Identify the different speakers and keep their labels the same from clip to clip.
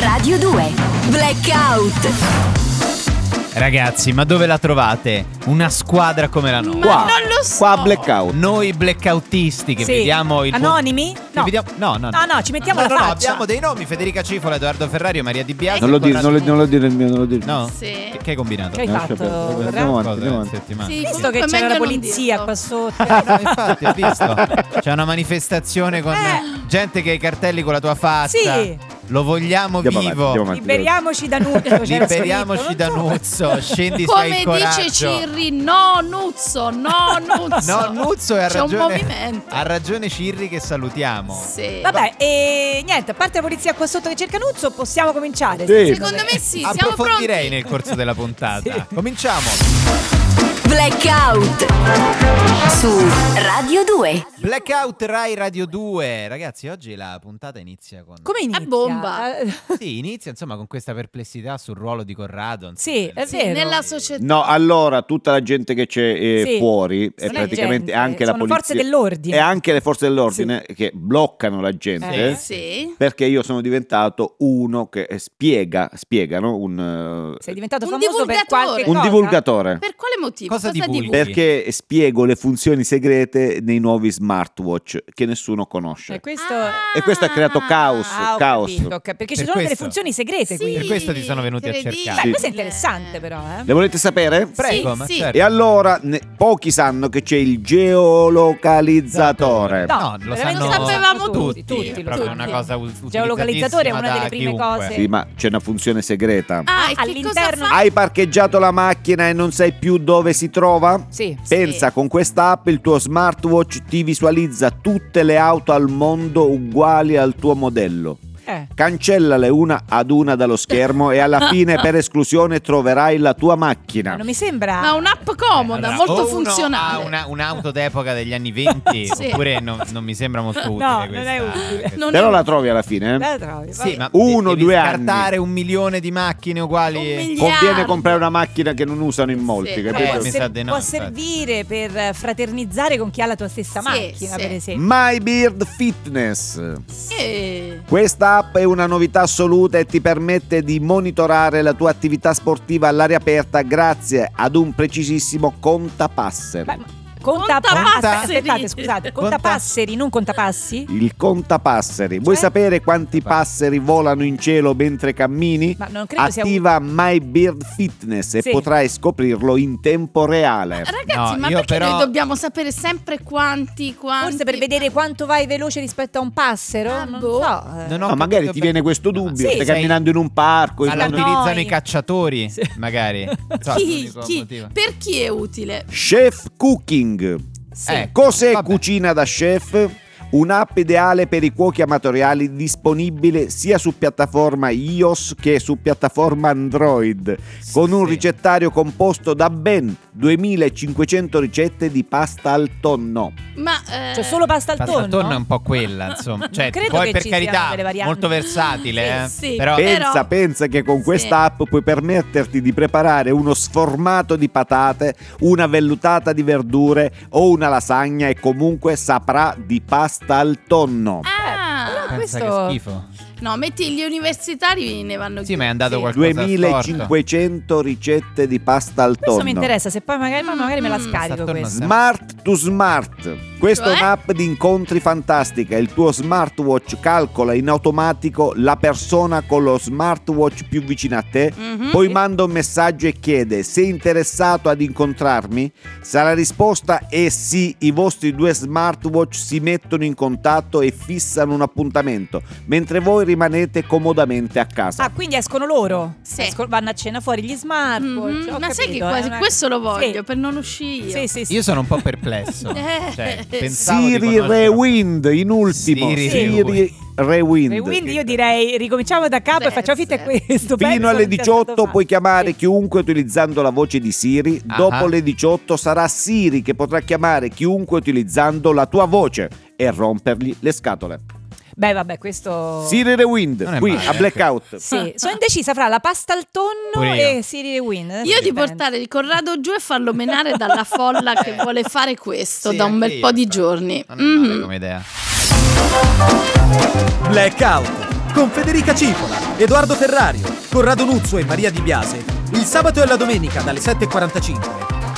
Speaker 1: Radio 2 Blackout
Speaker 2: Ragazzi, ma dove la trovate? Una squadra come la nostra.
Speaker 3: Qua.
Speaker 4: Non lo so.
Speaker 3: Qua blackout.
Speaker 2: Noi blackoutisti che
Speaker 5: Sì.
Speaker 2: vediamo il
Speaker 5: Anonimi?
Speaker 2: No.
Speaker 5: No. Ah,
Speaker 2: no, no,
Speaker 5: No, no, ci mettiamo
Speaker 2: No,
Speaker 5: la
Speaker 2: no, no,
Speaker 5: faccia.
Speaker 2: abbiamo dei nomi, Federica Cifola, Edoardo Ferrario, Maria Di Biasi.
Speaker 3: Non lo dire,
Speaker 2: Corrado-
Speaker 3: non lo, non lo dire il mio, non lo dire. il mio.
Speaker 2: No?
Speaker 4: Sì.
Speaker 2: Che, che hai combinato?
Speaker 5: Che hai
Speaker 3: Lascia
Speaker 5: fatto?
Speaker 3: perdere, vabbè,
Speaker 5: Ram?
Speaker 3: andiamo avanti,
Speaker 2: Cosa,
Speaker 3: andiamo
Speaker 2: in
Speaker 3: avanti.
Speaker 2: settimana?
Speaker 4: Sì,
Speaker 5: Visto
Speaker 4: comunque
Speaker 5: che c'era
Speaker 4: meglio
Speaker 5: la
Speaker 4: non
Speaker 5: polizia
Speaker 4: dirlo.
Speaker 5: qua sotto.
Speaker 2: Eh, Infatti, hai visto? C'è una manifestazione con gente che ha i cartelli con la tua faccia.
Speaker 5: Eh. Sì.
Speaker 2: Lo vogliamo
Speaker 3: Andiamo avanti,
Speaker 2: vivo.
Speaker 3: andiamo avanti.
Speaker 5: Liberiamoci da Nuzzo.
Speaker 2: Liberiamoci da Nuzzo. Scendi fai
Speaker 4: Come
Speaker 2: il
Speaker 4: dice
Speaker 2: coraggio.
Speaker 4: Cirri, no Nuzzo, no Nuzzo.
Speaker 2: No, Nuzzo è a
Speaker 4: C'è un
Speaker 2: ragione.
Speaker 4: movimento.
Speaker 2: ha ragione Cirri che salutiamo.
Speaker 4: Sì.
Speaker 5: Vabbè, e niente, a parte la polizia qua sotto che cerca Nuzzo, possiamo cominciare.
Speaker 3: Sì.
Speaker 4: Secondo me sì, siamo
Speaker 2: Approfondirei
Speaker 4: pronti.
Speaker 2: nel corso della puntata.
Speaker 5: Sì.
Speaker 2: Cominciamo.
Speaker 1: Blackout Su Radio 2
Speaker 2: Blackout Rai Radio 2. Ragazzi, oggi la puntata inizia con
Speaker 5: Come inizia?
Speaker 4: bomba.
Speaker 5: Eh,
Speaker 2: Sì, inizia insomma con questa perplessità sul ruolo di Corrado. insomma,
Speaker 5: Sì,
Speaker 2: del-
Speaker 5: è vero.
Speaker 4: Nella società.
Speaker 3: No, allora tutta la gente che c'è eh,
Speaker 5: Sì.
Speaker 3: fuori
Speaker 5: Sì,
Speaker 3: e
Speaker 5: la
Speaker 3: praticamente
Speaker 5: gente.
Speaker 3: anche la
Speaker 5: Sono
Speaker 3: polizia
Speaker 5: forze dell'ordine.
Speaker 3: e anche le forze dell'ordine che bloccano la gente.
Speaker 5: Eh.
Speaker 4: Sì.
Speaker 3: Perché io sono diventato uno che eh, spiega, spiegano un, eh,
Speaker 5: Sei diventato
Speaker 4: Un
Speaker 5: famoso per
Speaker 4: divulgatore.
Speaker 5: qualche
Speaker 3: un
Speaker 5: cosa?
Speaker 3: divulgatore.
Speaker 4: Per quale motivo?
Speaker 2: Cosa divulghi?
Speaker 5: Eh,
Speaker 4: divulghi?
Speaker 3: Perché spiego le funzioni segrete nei nuovi smartwatch che nessuno conosce.
Speaker 5: Eh, questo...
Speaker 4: Ah,
Speaker 3: E questo ha creato caos.
Speaker 5: Ah, ho
Speaker 3: caos.
Speaker 5: capito, ho capito, perché
Speaker 2: Per
Speaker 5: ci sono delle
Speaker 2: questo.
Speaker 5: funzioni segrete
Speaker 4: Sì,
Speaker 5: qui.
Speaker 2: Per questo ti sono venuti a
Speaker 4: incredibile.
Speaker 2: cercare.
Speaker 5: Beh,
Speaker 3: Sì.
Speaker 5: questo è interessante però, eh.
Speaker 3: Le volete sapere?
Speaker 2: Prego,
Speaker 4: Sì,
Speaker 2: ma
Speaker 4: sì.
Speaker 2: certo.
Speaker 3: E allora ne- pochi sanno che c'è il geolocalizzatore.
Speaker 2: No, lo
Speaker 5: veramente
Speaker 2: sanno-
Speaker 4: lo sapevamo
Speaker 2: Tutti,
Speaker 4: tutti,
Speaker 2: è
Speaker 5: lo
Speaker 2: proprio
Speaker 5: sanno.
Speaker 2: una cosa ut-
Speaker 5: Geolocalizzatore è una delle
Speaker 2: utilizzatissima
Speaker 5: prime
Speaker 2: da
Speaker 5: cose.
Speaker 2: chiunque.
Speaker 3: Sì, ma c'è una funzione segreta.
Speaker 4: Ah, e che cosa
Speaker 5: All'interno-
Speaker 4: fa?
Speaker 3: Hai parcheggiato la macchina e non sai più dove si trova?
Speaker 5: Sì.
Speaker 3: Pensa, con questa app il tuo smartwatch ti visualizza tutte le auto al mondo uguali al tuo modello.
Speaker 5: Eh.
Speaker 3: Cancellale una ad una dallo schermo e alla fine per esclusione troverai la tua macchina.
Speaker 5: Non mi sembra...
Speaker 4: Ma un'app comoda,
Speaker 2: Allora, o
Speaker 4: molto
Speaker 2: uno
Speaker 4: funzionale.
Speaker 2: ha una- un'auto d'epoca degli anni 20,
Speaker 4: Sì.
Speaker 2: oppure non, non mi sembra molto utile
Speaker 5: No, non
Speaker 2: questa-
Speaker 5: è utile.
Speaker 2: questa-
Speaker 4: Non
Speaker 3: Però
Speaker 4: è-
Speaker 3: la trovi alla fine. eh?
Speaker 5: La trovi,
Speaker 2: Sì,
Speaker 5: vabbè.
Speaker 2: ma
Speaker 3: Uno,
Speaker 2: devi
Speaker 3: due
Speaker 2: scartare un milione di macchine uguali.
Speaker 4: Un miliardo.
Speaker 3: Conviene comprare una macchina che non usano in molti,
Speaker 4: Sì.
Speaker 5: Però
Speaker 3: capito?
Speaker 2: Eh, mi
Speaker 5: può,
Speaker 2: sa di no,
Speaker 5: Cioè, può
Speaker 2: infatti.
Speaker 5: servire per fraternizzare con chi ha la tua stessa
Speaker 4: Sì,
Speaker 5: macchina,
Speaker 4: sì.
Speaker 5: per esempio.
Speaker 3: My Beard Fitness.
Speaker 4: Eh,
Speaker 3: Questa app è una novità assoluta e ti permette di monitorare la tua attività sportiva all'aria aperta grazie ad un precisissimo
Speaker 5: Beh,
Speaker 3: contapasseri.
Speaker 5: ma Conta,
Speaker 4: Contapasseri.
Speaker 5: pa- aspettate, scusate,
Speaker 2: Mm. Conta-
Speaker 5: conta passeri, non conta passi?
Speaker 3: Il contapasseri. Vuoi
Speaker 5: Cioè?
Speaker 3: sapere quanti passeri volano in cielo mentre cammini?
Speaker 5: Ma non credo sia un-
Speaker 3: Attiva My Beard Fitness e
Speaker 5: Sì. Ah,
Speaker 3: potrai scoprirlo in tempo reale.
Speaker 4: Ragazzi,
Speaker 2: Eh, No,
Speaker 4: ma
Speaker 2: io
Speaker 4: perché
Speaker 2: però-
Speaker 4: noi dobbiamo sapere sempre quanti, quanti?
Speaker 5: Forse per vedere quanto vai veloce rispetto a un passero?
Speaker 4: Ah,
Speaker 5: non
Speaker 4: boh.
Speaker 5: so. eh.
Speaker 2: Non ho
Speaker 3: No, magari
Speaker 2: capito
Speaker 3: ti
Speaker 2: bene.
Speaker 3: viene questo
Speaker 2: No, ma
Speaker 3: dubbio,
Speaker 2: sì,
Speaker 3: stai
Speaker 2: sei-
Speaker 3: camminando in un parco, in
Speaker 2: Ma la
Speaker 3: un-
Speaker 5: Allora-
Speaker 2: utilizzano
Speaker 5: Noi.
Speaker 2: i cacciatori,
Speaker 5: Sì.
Speaker 2: magari. Non so, è
Speaker 4: chi,
Speaker 2: Esatto, l'unico
Speaker 4: chi-
Speaker 2: motivo.
Speaker 4: per chi è utile?
Speaker 3: Chef Cooking.
Speaker 2: Eh,
Speaker 3: Cos'è
Speaker 2: vabbè.
Speaker 3: Cucina da Chef? Un'app ideale per i cuochi amatoriali disponibile sia su piattaforma iOS che su piattaforma Android, con un
Speaker 2: Sì.
Speaker 3: ricettario composto da ben 2500 ricette di pasta al tonno.
Speaker 4: Ma eh,
Speaker 5: Cioè solo pasta al
Speaker 2: Pasta
Speaker 5: tonno?
Speaker 2: al tonno è un po' quella, insomma. Cioè,
Speaker 5: credo
Speaker 2: poi
Speaker 5: che
Speaker 2: per
Speaker 5: ci siano
Speaker 2: carità,
Speaker 5: delle varianti.
Speaker 2: molto versatile,
Speaker 4: Sì,
Speaker 2: eh.
Speaker 4: sì.
Speaker 2: Però
Speaker 4: Beh,
Speaker 3: Pensa,
Speaker 4: Però-
Speaker 3: pensa che con
Speaker 4: Sì.
Speaker 3: questa app puoi permetterti di preparare uno sformato di patate, una vellutata di verdure o una lasagna e comunque saprà di pasta al tonno.
Speaker 4: ah,
Speaker 2: pensa
Speaker 5: questo-
Speaker 2: che schifo.
Speaker 4: no, metti gli universitari ne vanno
Speaker 2: Sì, ma è andato qualcosa a storto.
Speaker 3: 2500 ricette di pasta al
Speaker 5: Questo mi
Speaker 3: tonno.
Speaker 5: interessa, se poi magari, poi magari me la
Speaker 4: Mm,
Speaker 5: scarico
Speaker 2: sta tornando.
Speaker 5: questa.
Speaker 3: Smart to Smart. Questa è
Speaker 4: Cioè?
Speaker 3: un'app di incontri fantastica. Il tuo smartwatch calcola in automatico la persona con lo smartwatch più vicino a te.
Speaker 4: Mhm.
Speaker 3: Poi manda un messaggio e chiede: Sei interessato ad incontrarmi? Se la risposta è sì, i vostri due smartwatch si mettono in contatto e fissano un appuntamento, mentre voi rimanete comodamente a casa.
Speaker 5: Ah, quindi escono loro?
Speaker 4: Sì.
Speaker 5: Escono- vanno a cena fuori gli
Speaker 4: Mhm,
Speaker 5: smartphone. ho
Speaker 4: Ma sai che
Speaker 5: capito, eh, è
Speaker 4: quasi,
Speaker 5: una-
Speaker 4: questo lo voglio
Speaker 5: Sì.
Speaker 4: per non uscire.
Speaker 5: Sì, sì, sì.
Speaker 2: Io sono un po' perplesso.
Speaker 4: Eh.
Speaker 2: cioè, pensavo di
Speaker 3: Siri
Speaker 2: conoscere-
Speaker 3: Rewind in ultimo
Speaker 2: Siri
Speaker 3: Siri,
Speaker 2: Rewind.
Speaker 3: Rewind.
Speaker 5: E quindi io direi ricominciamo da capo e
Speaker 4: Beh,
Speaker 5: facciamo finta
Speaker 4: certo.
Speaker 5: che questo
Speaker 3: Fino
Speaker 5: pezzo
Speaker 3: alle
Speaker 5: non sia stato
Speaker 3: 18
Speaker 5: fatto.
Speaker 3: puoi chiamare
Speaker 5: Sì.
Speaker 3: chiunque utilizzando la voce di Siri.
Speaker 2: Ah.
Speaker 3: Dopo le 18 sarà Siri che potrà chiamare chiunque utilizzando la tua voce e rompergli le scatole.
Speaker 5: Beh, vabbè, questo
Speaker 3: Siri
Speaker 2: Non è
Speaker 3: Rewind, qui
Speaker 2: male, eh.
Speaker 3: a Blackout.
Speaker 5: Sì, sono indecisa fra la pasta al tonno
Speaker 2: Pure io.
Speaker 5: e eh, Siri Win.
Speaker 4: Io di
Speaker 5: Dipende.
Speaker 4: portare il Corrado giù e farlo menare dalla folla che vuole fare questo
Speaker 2: Sì,
Speaker 4: da un
Speaker 2: anche
Speaker 4: bel
Speaker 2: io,
Speaker 4: po' di Mm-hmm. Mhm.
Speaker 2: infatti.
Speaker 4: giorni.
Speaker 2: Non è male
Speaker 4: Mhm.
Speaker 2: come idea.
Speaker 3: Blackout
Speaker 6: con Federica Cipola, Edoardo Ferrario, Corrado Nuzzo e Maria Di Biase il sabato e la domenica dalle 7.45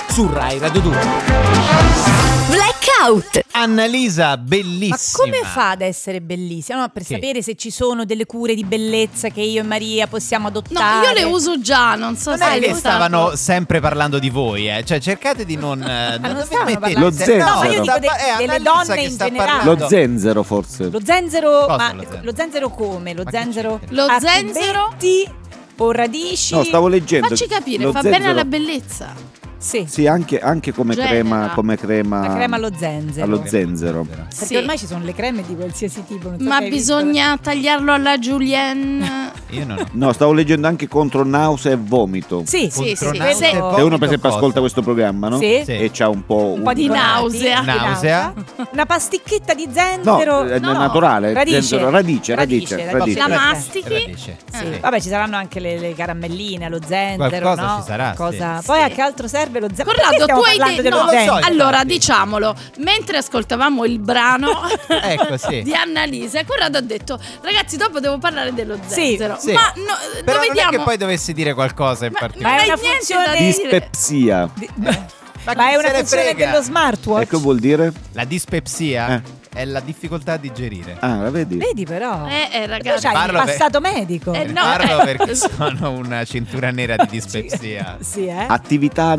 Speaker 6: su Rai Radio 2.
Speaker 1: Blackout.
Speaker 2: Annalisa,
Speaker 5: Ma
Speaker 2: bellissima.
Speaker 5: come fa ad essere bellissima? No, per
Speaker 2: Che?
Speaker 5: sapere se ci sono delle cure di bellezza che io e Maria possiamo
Speaker 4: No,
Speaker 5: adottare.
Speaker 4: io le uso già, non so
Speaker 5: Ah, Non
Speaker 4: se
Speaker 5: è
Speaker 4: hai
Speaker 5: che
Speaker 2: Perché
Speaker 4: notato.
Speaker 2: stavano sempre parlando di voi, eh? Cioè, cercate di non. eh,
Speaker 5: Ah, non
Speaker 2: dove
Speaker 5: stavano
Speaker 2: mettete-
Speaker 5: parlando-
Speaker 3: Lo zenzero. No, ma io
Speaker 5: dico de-
Speaker 2: Eh,
Speaker 5: delle
Speaker 2: Annalisa
Speaker 5: donne
Speaker 2: che
Speaker 5: in
Speaker 2: sta
Speaker 5: generale.
Speaker 2: parlando.
Speaker 3: Lo zenzero forse.
Speaker 5: Lo zenzero,
Speaker 2: Cosa
Speaker 5: ma ecco,
Speaker 2: lo zenzero?
Speaker 5: lo zenzero come? Lo
Speaker 2: Ma che
Speaker 5: zenzero
Speaker 2: c'entra?
Speaker 4: Lo
Speaker 5: a
Speaker 4: zenzero?
Speaker 5: pibetti o radici?
Speaker 3: No, stavo leggendo.
Speaker 4: Facci capire,
Speaker 3: Lo
Speaker 4: fa bene
Speaker 3: zenzero-
Speaker 4: alla bellezza.
Speaker 5: Sì,
Speaker 3: Sì, anche, anche come
Speaker 4: Genera.
Speaker 3: crema, come crema.
Speaker 5: la crema allo zenzero.
Speaker 3: Allo zenzero.
Speaker 5: Perché
Speaker 4: Sì.
Speaker 5: ormai ci sono le creme di qualsiasi tipo. non so
Speaker 4: Ma
Speaker 5: se hai visto.
Speaker 4: bisogna tagliarlo alla julienne.
Speaker 2: Io non ho.
Speaker 3: No, stavo leggendo anche contro nausea e vomito.
Speaker 5: Sì,
Speaker 4: Sì, sì.
Speaker 2: Contro
Speaker 5: Se
Speaker 2: nausea e
Speaker 3: Se uno per
Speaker 2: vomito
Speaker 3: esempio
Speaker 2: cosa?
Speaker 3: ascolta questo programma, no?
Speaker 5: Sì.
Speaker 2: Sì.
Speaker 3: E c'ha un po'.
Speaker 5: Un po' di
Speaker 4: Di
Speaker 5: nausea.
Speaker 2: nausea.
Speaker 5: Una pasticchetta di
Speaker 3: No,
Speaker 5: zenzero.
Speaker 3: eh,
Speaker 4: No.
Speaker 3: naturale.
Speaker 5: Radice.
Speaker 3: Zenzero, radice, radice,
Speaker 5: Radice,
Speaker 3: radice.
Speaker 4: La
Speaker 2: Vabbè.
Speaker 4: mastichi.
Speaker 2: Radice.
Speaker 5: Sì.
Speaker 4: Eh.
Speaker 5: Vabbè, ci saranno anche le, le caramelline, lo zenzero.
Speaker 2: Qualcosa
Speaker 5: no?
Speaker 2: ci sarà, sì.
Speaker 5: Cosa- Poi
Speaker 4: Sì.
Speaker 5: a che altro serve lo zenzero? Perché
Speaker 4: Corrado, tu
Speaker 5: stiamo
Speaker 4: hai
Speaker 5: parlando
Speaker 4: detto.
Speaker 5: dello
Speaker 2: no, lo so,
Speaker 5: zenzero?
Speaker 4: allora,
Speaker 2: infatti.
Speaker 4: diciamolo, mentre ascoltavamo il brano
Speaker 2: Ecco, sì.
Speaker 4: di Annalisa, Corrado ha detto: Ragazzi, dopo devo parlare dello
Speaker 5: Sì,
Speaker 4: zenzero.
Speaker 2: Sì.
Speaker 4: Ma no,
Speaker 2: Però non
Speaker 4: lo
Speaker 2: è
Speaker 4: vediamo.
Speaker 2: che poi dovessi dire qualcosa in
Speaker 4: Ma-
Speaker 2: particolare.
Speaker 5: Ma è
Speaker 4: hai
Speaker 5: una
Speaker 4: niente
Speaker 5: funzione
Speaker 4: da dire.
Speaker 3: Dispepsia.
Speaker 2: Ma chi
Speaker 5: Ma è
Speaker 2: se
Speaker 5: una
Speaker 2: ne
Speaker 5: funzione
Speaker 2: frega? Ecco
Speaker 5: dello smartwatch.
Speaker 3: E che vuol dire?
Speaker 2: La dispepsia
Speaker 3: Eh.
Speaker 2: è la difficoltà a digerire.
Speaker 3: Ah, la vedi?
Speaker 5: Vedi però.
Speaker 4: Eh, eh,
Speaker 5: tu
Speaker 4: ragazzi.
Speaker 5: c'hai il
Speaker 2: Parlo per-
Speaker 5: passato medico.
Speaker 4: Eh, no.
Speaker 2: Parlo perché sono una cintura nera di dispepsia.
Speaker 5: Sì, eh.
Speaker 3: Attività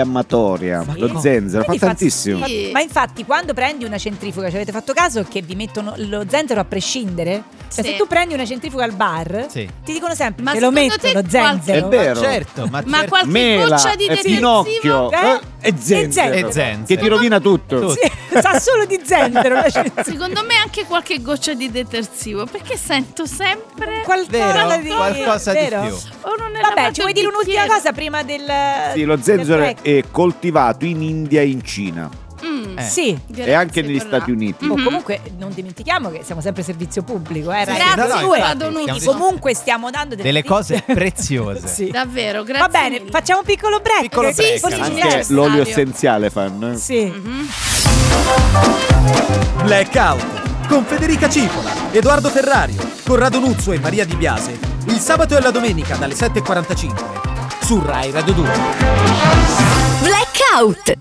Speaker 3: antinfiammatoria.
Speaker 5: Sì.
Speaker 3: Lo zenzero, fa
Speaker 5: Quindi
Speaker 3: tantissimo.
Speaker 4: Sì.
Speaker 5: Ma infatti, quando prendi una centrifuga, ci avete fatto caso che vi mettono lo zenzero a prescindere? Cioè,
Speaker 4: Sì.
Speaker 5: se tu prendi una centrifuga al bar,
Speaker 2: Sì.
Speaker 5: ti dicono sempre:
Speaker 4: Ma
Speaker 5: te lo
Speaker 4: secondo
Speaker 5: metto
Speaker 4: te
Speaker 5: lo
Speaker 4: qual-
Speaker 5: zenzero.
Speaker 3: È vero.
Speaker 2: Ma certo, ma,
Speaker 4: Ma
Speaker 2: certo.
Speaker 4: qualche
Speaker 3: Mela
Speaker 4: goccia di
Speaker 3: e
Speaker 4: detersivo.
Speaker 3: Pinocchio
Speaker 5: Eh?
Speaker 3: eh, e zenzero.
Speaker 5: E
Speaker 2: zenzero.
Speaker 3: che ti rovina tutto.
Speaker 2: Tutto.
Speaker 5: Sì, sa solo di zenzero. la centrifuga.
Speaker 4: Secondo me anche qualche goccia di detersivo, perché sento sempre
Speaker 5: Qualcosa
Speaker 2: Vero,
Speaker 5: di
Speaker 2: qualcosa di
Speaker 5: vero.
Speaker 2: più.
Speaker 4: o non è
Speaker 5: Vabbè,
Speaker 4: lavato
Speaker 5: ci vuoi
Speaker 4: il
Speaker 5: dire un'ultima
Speaker 4: bicchiere.
Speaker 5: cosa prima del.
Speaker 3: Sì, lo
Speaker 5: del
Speaker 3: zenzero è-
Speaker 5: break?
Speaker 3: è coltivato in India e in Cina.
Speaker 4: Mm,
Speaker 2: Eh.
Speaker 5: Sì.
Speaker 4: grazie,
Speaker 3: anche negli
Speaker 4: Corrado.
Speaker 3: Stati Uniti.
Speaker 5: Oh,
Speaker 4: Mhm.
Speaker 5: comunque non dimentichiamo che siamo sempre servizio pubblico, eh,
Speaker 2: Sì, no,
Speaker 5: ragazzi.
Speaker 2: no,
Speaker 4: Grazie,
Speaker 5: Due.
Speaker 2: infatti,
Speaker 4: Corrado
Speaker 2: stiamo
Speaker 4: Nuzzo.
Speaker 2: dicendo-
Speaker 5: Comunque stiamo dando delle,
Speaker 2: Delle cose preziose.
Speaker 5: Sì.
Speaker 4: Davvero, grazie.
Speaker 5: Va bene,
Speaker 4: mille.
Speaker 5: facciamo un piccolo break.
Speaker 2: Piccolo
Speaker 5: perché
Speaker 2: break, Mm.
Speaker 5: forse ci
Speaker 2: allora.
Speaker 5: resta.
Speaker 3: Anche
Speaker 4: necessario.
Speaker 3: l'olio essenziale fanno. eh.
Speaker 5: Sì.
Speaker 6: Blackout con Federica Cipola, Edoardo Ferrario, Corrado Nuzzo e Maria Di Biase il sabato e la domenica dalle 7.45 su Rai Radio 2.
Speaker 1: Blackout.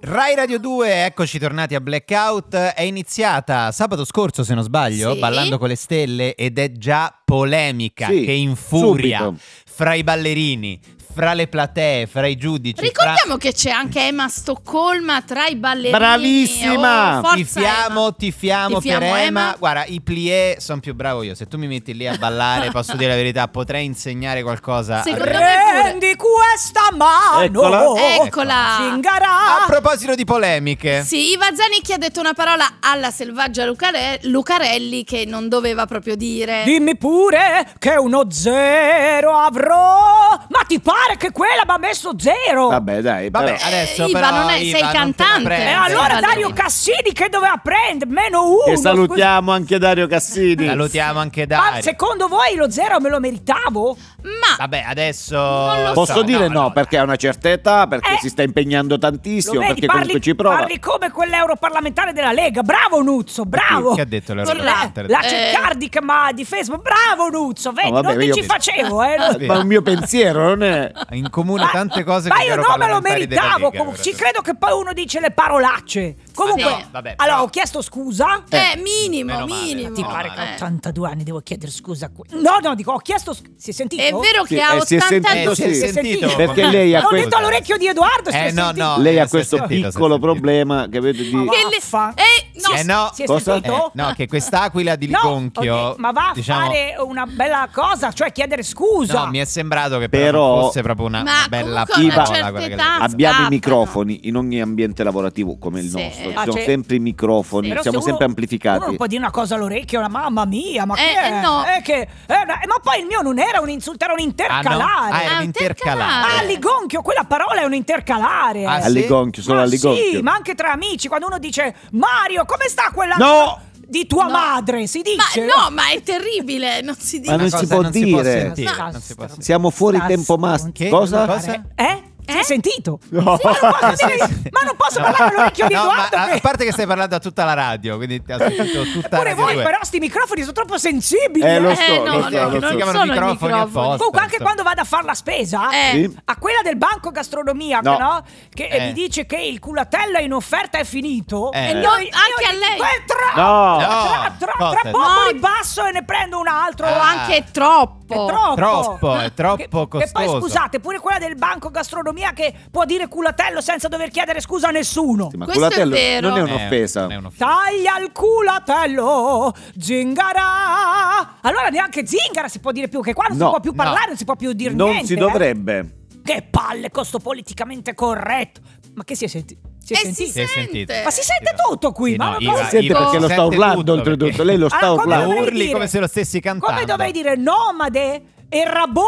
Speaker 2: Rai Radio 2, eccoci tornati a Blackout. È iniziata sabato scorso, se non sbaglio,
Speaker 4: Sì.
Speaker 2: Ballando con le stelle ed è già polemica
Speaker 3: Sì,
Speaker 2: che infuria
Speaker 3: subito.
Speaker 2: fra i ballerini, fra le platee, fra i giudici,
Speaker 4: Ricordiamo che c'è anche Emma Stoccolma tra i ballerini.
Speaker 3: Bravissima!
Speaker 2: fra...
Speaker 4: Oh, forza
Speaker 2: Tifiamo,
Speaker 4: Emma.
Speaker 2: tifiamo,
Speaker 4: Tifiamo
Speaker 2: per Emma.
Speaker 4: Emma.
Speaker 2: Guarda, i plié sono più bravo io. Se tu mi metti lì a ballare, posso dire la verità, potrei insegnare qualcosa.
Speaker 4: Secondo
Speaker 2: a-
Speaker 4: me pure.
Speaker 5: Prendi questa mano.
Speaker 3: Eccola.
Speaker 4: Eccola.
Speaker 5: Zingara.
Speaker 2: A proposito di polemiche,
Speaker 4: Sì, Iva Zanicchi ha detto una parola alla selvaggia Lucare- Lucarelli che non doveva proprio dire.
Speaker 5: Dimmi pure che uno zero avrò. Ma ti pare che quella mi ha messo zero?
Speaker 3: Vabbè, dai,
Speaker 2: Vabbè,
Speaker 3: però.
Speaker 2: adesso
Speaker 4: Iva,
Speaker 2: però,
Speaker 4: non è-
Speaker 2: Iva,
Speaker 4: sei
Speaker 2: non te la
Speaker 4: cantante.
Speaker 2: prendere.
Speaker 5: E
Speaker 4: Eh,
Speaker 5: allora
Speaker 4: Valerio.
Speaker 5: Dario Cassini che doveva prendere meno uno.
Speaker 3: E salutiamo anche Dario Cassini.
Speaker 2: Salutiamo anche
Speaker 5: Ma
Speaker 2: Dario.
Speaker 5: secondo voi lo zero me lo meritavo?
Speaker 4: Ma
Speaker 2: Vabbè, adesso
Speaker 4: lo
Speaker 3: Posso
Speaker 2: so,
Speaker 3: dire no, perché ha una certa età, perché
Speaker 5: Eh.
Speaker 3: si sta impegnando tantissimo,
Speaker 5: Lo vedi,
Speaker 3: perché
Speaker 5: parli,
Speaker 3: comunque ci prova.
Speaker 5: parli come quell'europarlamentare della Lega. Bravo Nuzzo, bravo.
Speaker 2: Chi, chi ha detto l'europarlamentare?
Speaker 5: La
Speaker 4: Eh.
Speaker 5: Ceccardi che mi ha difeso. Bravo Nuzzo, vedi,
Speaker 3: No, vabbè,
Speaker 5: non ti
Speaker 3: io
Speaker 5: ci
Speaker 3: penso-
Speaker 5: facevo, eh.
Speaker 2: Vabbè.
Speaker 3: Ma è un mio pensiero, non è.
Speaker 2: In comune tante cose
Speaker 5: Ah, ma
Speaker 2: con gli
Speaker 5: io non me lo
Speaker 2: europarlamentari della
Speaker 5: meritavo.
Speaker 2: Lega,
Speaker 5: com-
Speaker 2: guarda.
Speaker 5: ci credo che poi uno dice le parolacce. Comunque,
Speaker 4: no,
Speaker 2: vabbè,
Speaker 5: allora
Speaker 2: però-
Speaker 5: ho chiesto scusa.
Speaker 4: eh, minimo,
Speaker 2: Meno male.
Speaker 4: minimo.
Speaker 5: Ti
Speaker 2: no,
Speaker 5: pare che
Speaker 2: vabbè.
Speaker 5: a
Speaker 4: Eh.
Speaker 5: 82 anni devo chiedere scusa a que- No, no, dico, ho chiesto scusa. Si è sentito?
Speaker 4: È vero
Speaker 3: Sì,
Speaker 4: che ha
Speaker 3: eh, si è
Speaker 4: 80
Speaker 3: sentito,
Speaker 4: anni.
Speaker 3: sì.
Speaker 5: Si è sentito.
Speaker 3: Perché lei ha
Speaker 5: Ho
Speaker 3: questo-
Speaker 5: detto all'orecchio di Edoardo. si è
Speaker 2: Eh, no,
Speaker 5: sentito.
Speaker 2: no,
Speaker 3: Lei
Speaker 2: eh,
Speaker 3: ha
Speaker 2: si è
Speaker 3: questo
Speaker 2: sentito, si è
Speaker 3: piccolo
Speaker 2: sentito.
Speaker 3: problema che vedo di...
Speaker 5: Ma
Speaker 4: Che le-
Speaker 5: vaffa.
Speaker 4: Eh, no,
Speaker 2: Eh, no.
Speaker 5: Si è
Speaker 3: Cosa?
Speaker 5: sentito?
Speaker 2: Eh, no, che quest'aquila di
Speaker 5: No,
Speaker 2: Liconchio.
Speaker 5: ok, ma va a
Speaker 2: diciamo,
Speaker 5: fare una bella cosa, cioè chiedere scusa.
Speaker 2: No, mi è sembrato che
Speaker 3: Però-
Speaker 2: però non fosse proprio una,
Speaker 4: Ma
Speaker 2: una bella
Speaker 4: comunque una
Speaker 2: parola
Speaker 4: certa
Speaker 2: quella che
Speaker 4: età-
Speaker 2: lei ha detto.
Speaker 3: Abbiamo
Speaker 4: Scappano.
Speaker 3: i microfoni in ogni ambiente lavorativo come il
Speaker 4: Sì.
Speaker 3: nostro, ci
Speaker 5: Ah,
Speaker 3: sono
Speaker 5: c'è-
Speaker 3: sempre i microfoni,
Speaker 5: Però se
Speaker 3: siamo
Speaker 5: uno-
Speaker 3: sempre
Speaker 5: Uno non
Speaker 3: amplificati.
Speaker 5: può dire una cosa all'orecchio, una mamma mia, ma
Speaker 4: Eh,
Speaker 5: che è?
Speaker 4: eh, no.
Speaker 5: Eh, che- eh, no, eh, ma poi il mio non era un insulto, era un
Speaker 2: Ah, no?
Speaker 5: intercalare.
Speaker 2: Ah, era
Speaker 4: Ah,
Speaker 2: un intercalare.
Speaker 3: Eh.
Speaker 4: intercalare.
Speaker 5: Ah, Ligonchio, quella parola è un intercalare.
Speaker 2: Ah, sì?
Speaker 3: All'igonchio, solo
Speaker 5: ma
Speaker 3: all'igonchio.
Speaker 5: sì, ma anche tra amici, quando uno dice Mario, come sta quella
Speaker 3: No!
Speaker 5: di tua
Speaker 4: No.
Speaker 5: madre? Si dice. Eh.
Speaker 4: Ma no, ma è terribile, non si
Speaker 3: Ma
Speaker 4: dice.
Speaker 3: non
Speaker 2: Una
Speaker 3: si
Speaker 2: cosa
Speaker 3: può
Speaker 2: non Si può
Speaker 3: dire.
Speaker 2: sentire,
Speaker 5: Ma-
Speaker 2: non si può sentire.
Speaker 3: Siamo fuori
Speaker 5: Cazzo,
Speaker 3: tempo
Speaker 5: non
Speaker 3: massimo.
Speaker 2: Che-
Speaker 3: Cosa?
Speaker 2: cosa?
Speaker 5: Eh? Hai sentito?
Speaker 3: No.
Speaker 5: Sì, ma, non posso dire- ma non posso parlare all'orecchio di
Speaker 7: No, ma
Speaker 5: Edoardo
Speaker 7: a a
Speaker 5: che...
Speaker 7: parte che stai parlando a tutta la radio, quindi ti ha sentito tutta
Speaker 5: Pure
Speaker 7: Radio
Speaker 5: voi
Speaker 7: 2.
Speaker 5: però sti microfoni sono troppo sensibili.
Speaker 3: Eh, lo
Speaker 4: Eh,
Speaker 3: so, lo so,
Speaker 4: no, no,
Speaker 3: lo so.
Speaker 4: che non
Speaker 7: Si chiamano
Speaker 4: sono i
Speaker 7: microfoni
Speaker 4: microfoni.
Speaker 7: apposta.
Speaker 5: Comunque anche
Speaker 7: insomma.
Speaker 5: quando vado a fare la spesa
Speaker 4: Eh.
Speaker 3: Sì.
Speaker 5: a quella del banco gastronomia
Speaker 3: No.
Speaker 5: che no? che eh,
Speaker 7: Eh.
Speaker 5: mi dice che il culatella in offerta è finito
Speaker 7: Eh.
Speaker 5: e
Speaker 7: No,
Speaker 5: io-
Speaker 4: anche
Speaker 5: io
Speaker 4: a
Speaker 5: dico,
Speaker 4: lei.
Speaker 5: "Eh, tra,
Speaker 3: No.
Speaker 5: tra, tra,
Speaker 7: No, cosa?
Speaker 5: tra poco
Speaker 4: No.
Speaker 5: ribasso e ne prendo un altro
Speaker 4: O
Speaker 7: Ah.
Speaker 4: anche
Speaker 5: È
Speaker 4: troppo.
Speaker 5: troppo.
Speaker 7: Troppo, è troppo
Speaker 5: Che- E poi
Speaker 7: costoso.
Speaker 5: scusate, pure quella del banco gastronomia che può dire culatello senza dover chiedere scusa a nessuno.
Speaker 3: Sì, ma
Speaker 4: Questo è
Speaker 3: Culatello
Speaker 4: vero.
Speaker 3: non è
Speaker 7: Eh,
Speaker 3: un'offesa.
Speaker 7: non è un'offesa.
Speaker 5: Taglia il culatello, zingara. Allora neanche zingara si può dire più, che qua non
Speaker 3: No,
Speaker 5: si può più
Speaker 7: no.
Speaker 5: parlare, non si può più dire
Speaker 3: non
Speaker 5: niente.
Speaker 3: si
Speaker 5: eh.
Speaker 3: dovrebbe.
Speaker 5: Che palle, costo politicamente corretto. Ma che si è sentito? Si è
Speaker 4: Eh,
Speaker 5: sentito?
Speaker 4: si
Speaker 7: Si è
Speaker 4: sente.
Speaker 7: sentito.
Speaker 5: Ma si sente tutto qui, ma non posso-
Speaker 3: Si sente
Speaker 4: Iva,
Speaker 3: perché lo
Speaker 4: si
Speaker 3: sta urlando
Speaker 7: tutto,
Speaker 3: oltretutto.
Speaker 7: perché-
Speaker 3: Lei lo sta
Speaker 5: Allora, come
Speaker 3: urlando.
Speaker 5: dovrei
Speaker 7: Urli
Speaker 5: dire?
Speaker 7: come se lo stessi cantando.
Speaker 5: Come dovevi dire nomade e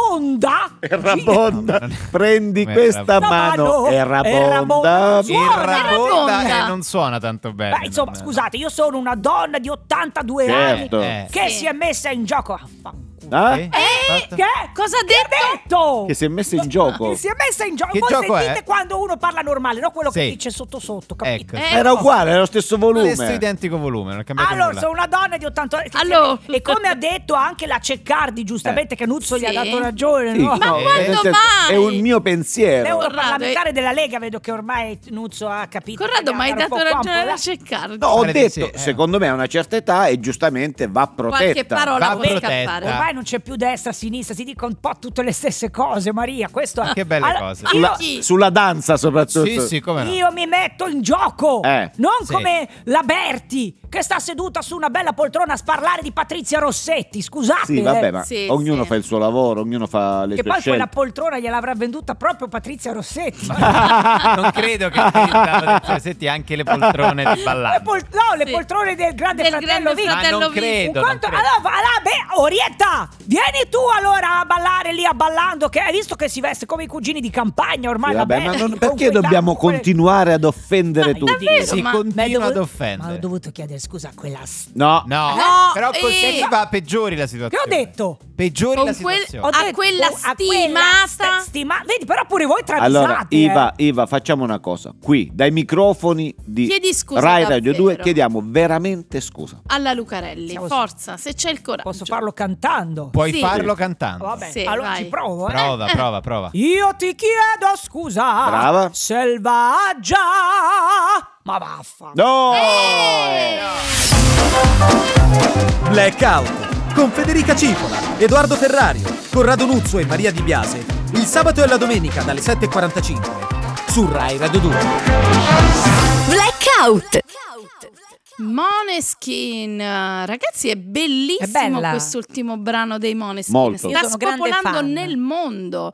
Speaker 5: rabonda?
Speaker 3: Errabonda,
Speaker 7: No, non è-
Speaker 3: prendi
Speaker 7: come
Speaker 3: questa
Speaker 5: Errabonda? No,
Speaker 3: mano.
Speaker 5: no,
Speaker 3: Errabonda.
Speaker 5: Errabonda.
Speaker 7: Il
Speaker 5: Suona,
Speaker 7: rabonda
Speaker 4: rabonda.
Speaker 7: eh, non suona tanto bene.
Speaker 5: Beh, insomma,
Speaker 7: non-
Speaker 5: scusate, io sono una donna di 82
Speaker 3: Certo.
Speaker 5: anni che
Speaker 4: Sì.
Speaker 5: si è messa in gioco. Ah, fanculo.
Speaker 3: Ah?
Speaker 7: Eh, Sì?
Speaker 5: Eh,
Speaker 7: Fatto?
Speaker 5: che?
Speaker 4: Cosa ha
Speaker 5: Che ha
Speaker 4: detto?
Speaker 5: detto?
Speaker 3: Che si è messa in gioco.
Speaker 5: Che si è messa in gioco.
Speaker 7: Che
Speaker 5: Voi
Speaker 7: gioco
Speaker 5: sentite
Speaker 7: è?
Speaker 5: quando uno parla normale, no quello che
Speaker 7: Sì.
Speaker 5: dice sotto sotto, capito?
Speaker 7: Ecco.
Speaker 4: Eh,
Speaker 3: Era uguale, era lo stesso volume.
Speaker 7: Stesso identico volume, non è cambiato
Speaker 5: Allora,
Speaker 7: nulla.
Speaker 5: sono una donna di 80 anni.
Speaker 4: Allora.
Speaker 5: E come ha detto anche la Ceccardi,
Speaker 7: Eh.
Speaker 5: giustamente, che Nuzzo gli ha
Speaker 4: Sì.
Speaker 5: dato ragione,
Speaker 3: Sì,
Speaker 5: no?
Speaker 3: no,
Speaker 7: quando
Speaker 3: nel senso,
Speaker 4: mai?
Speaker 3: È un mio pensiero.
Speaker 5: L'europarlamentare della Lega, vedo che ormai Nuzzo ha capito.
Speaker 4: eh. Corrado,
Speaker 5: Bisogna
Speaker 4: ma hai
Speaker 5: andare un
Speaker 4: dato
Speaker 5: po' qua, un po'
Speaker 4: ragione
Speaker 5: là.
Speaker 4: a cercarlo.
Speaker 3: No, ho
Speaker 7: Pare di
Speaker 3: detto,
Speaker 7: sì, eh.
Speaker 3: secondo me a una certa età e giustamente va
Speaker 4: Qualche
Speaker 3: protetta.
Speaker 7: Va
Speaker 4: parola può
Speaker 7: protetta.
Speaker 4: scappare.
Speaker 5: Ormai non c'è più destra, sinistra, si dicono un po' tutte le stesse cose, Maria. Questo
Speaker 7: Ma che belle cose.
Speaker 5: Io,
Speaker 3: Sulla,
Speaker 4: Chi?
Speaker 3: sulla danza soprattutto.
Speaker 7: Sì, sì, come no.
Speaker 5: io mi metto in gioco,
Speaker 3: Eh.
Speaker 5: non
Speaker 7: Sì.
Speaker 5: come la Berti che sta seduta su una bella poltrona a sparlare di Patrizia Rossetti. Scusate,
Speaker 3: Sì, vabbè,
Speaker 5: eh.
Speaker 3: ma
Speaker 4: Sì,
Speaker 3: ognuno
Speaker 4: sì.
Speaker 3: fa il suo lavoro, ognuno fa le
Speaker 5: che
Speaker 3: sue
Speaker 5: poi quella
Speaker 3: scelte.
Speaker 5: poltrona gliel'avrà venduta proprio Patrizia Rossetti.
Speaker 7: non credo che ti senti anche le poltrone di
Speaker 5: Le
Speaker 7: ballare.
Speaker 5: pol- no, le
Speaker 4: Sì.
Speaker 5: poltrone del grande
Speaker 4: Del
Speaker 5: fratello
Speaker 4: grande
Speaker 5: Vic.
Speaker 7: Ma
Speaker 4: fratello
Speaker 7: non
Speaker 4: Vito.
Speaker 5: Un
Speaker 7: credo. non
Speaker 5: conto-
Speaker 7: credo.
Speaker 5: allora, va- allora, beh, Orietta, vieni tu allora a ballare lì a ballando, che hai visto che si veste come i cugini di campagna ormai.
Speaker 3: Sì,
Speaker 5: la
Speaker 3: vabbè, ma
Speaker 5: Berti,
Speaker 3: non-
Speaker 5: con
Speaker 3: perché
Speaker 5: quei
Speaker 3: dobbiamo
Speaker 5: tacchi, quelle-
Speaker 3: continuare ad offendere
Speaker 5: Ma
Speaker 3: tutti?
Speaker 4: davvero?
Speaker 7: si
Speaker 4: ma-
Speaker 5: Ma
Speaker 7: continua
Speaker 5: dovu-
Speaker 7: ad
Speaker 5: Ma ho
Speaker 7: offendere.
Speaker 5: dovuto chiedere scusa a quella s-
Speaker 3: No.
Speaker 7: No,
Speaker 4: No,
Speaker 7: però così
Speaker 4: eh.
Speaker 7: va peggiori la
Speaker 5: Che
Speaker 7: situazione.
Speaker 5: ho detto?
Speaker 7: Peggiori
Speaker 4: Con
Speaker 7: la
Speaker 4: quel-
Speaker 7: situazione.
Speaker 5: Ho
Speaker 4: A
Speaker 5: detto-
Speaker 4: quella
Speaker 5: a quella
Speaker 4: stimata-
Speaker 5: st- stima- Vedi, però pure voi
Speaker 4: Ah,
Speaker 5: travisate.
Speaker 3: Allora,
Speaker 5: eh.
Speaker 3: Iva, Iva, facciamo una cosa. Qui, dai microfoni di
Speaker 4: Chiedi scusa
Speaker 3: Rai
Speaker 4: davvero.
Speaker 3: Radio 2, chiediamo veramente scusa.
Speaker 4: Alla Lucarelli,
Speaker 5: Siamo su-
Speaker 4: forza, se c'è il coraggio.
Speaker 5: Posso farlo cantando?
Speaker 7: Puoi
Speaker 4: Sì.
Speaker 7: farlo cantando.
Speaker 5: Vabbè,
Speaker 4: Sì,
Speaker 5: allora
Speaker 4: vai.
Speaker 5: ci provo, eh.
Speaker 7: Prova, prova, prova.
Speaker 5: Io ti chiedo scusa,
Speaker 3: Brava.
Speaker 5: selvaggia. Ma vaffa.
Speaker 3: No!
Speaker 4: Eh!
Speaker 8: Blackout con Federica Cipola, Edoardo Ferrario, Corrado Nuzzo e Maria Di Biase. Il sabato e la domenica dalle 7.45 su Rai Radio 2.
Speaker 1: Blackout.
Speaker 4: Moneskin, eh, ragazzi, è bellissimo
Speaker 5: bella.
Speaker 4: quest'ultimo brano dei Moneskin.
Speaker 3: Molto.
Speaker 5: Io
Speaker 4: Sta
Speaker 5: sono grande
Speaker 4: spopolando
Speaker 5: fan.
Speaker 4: nel mondo.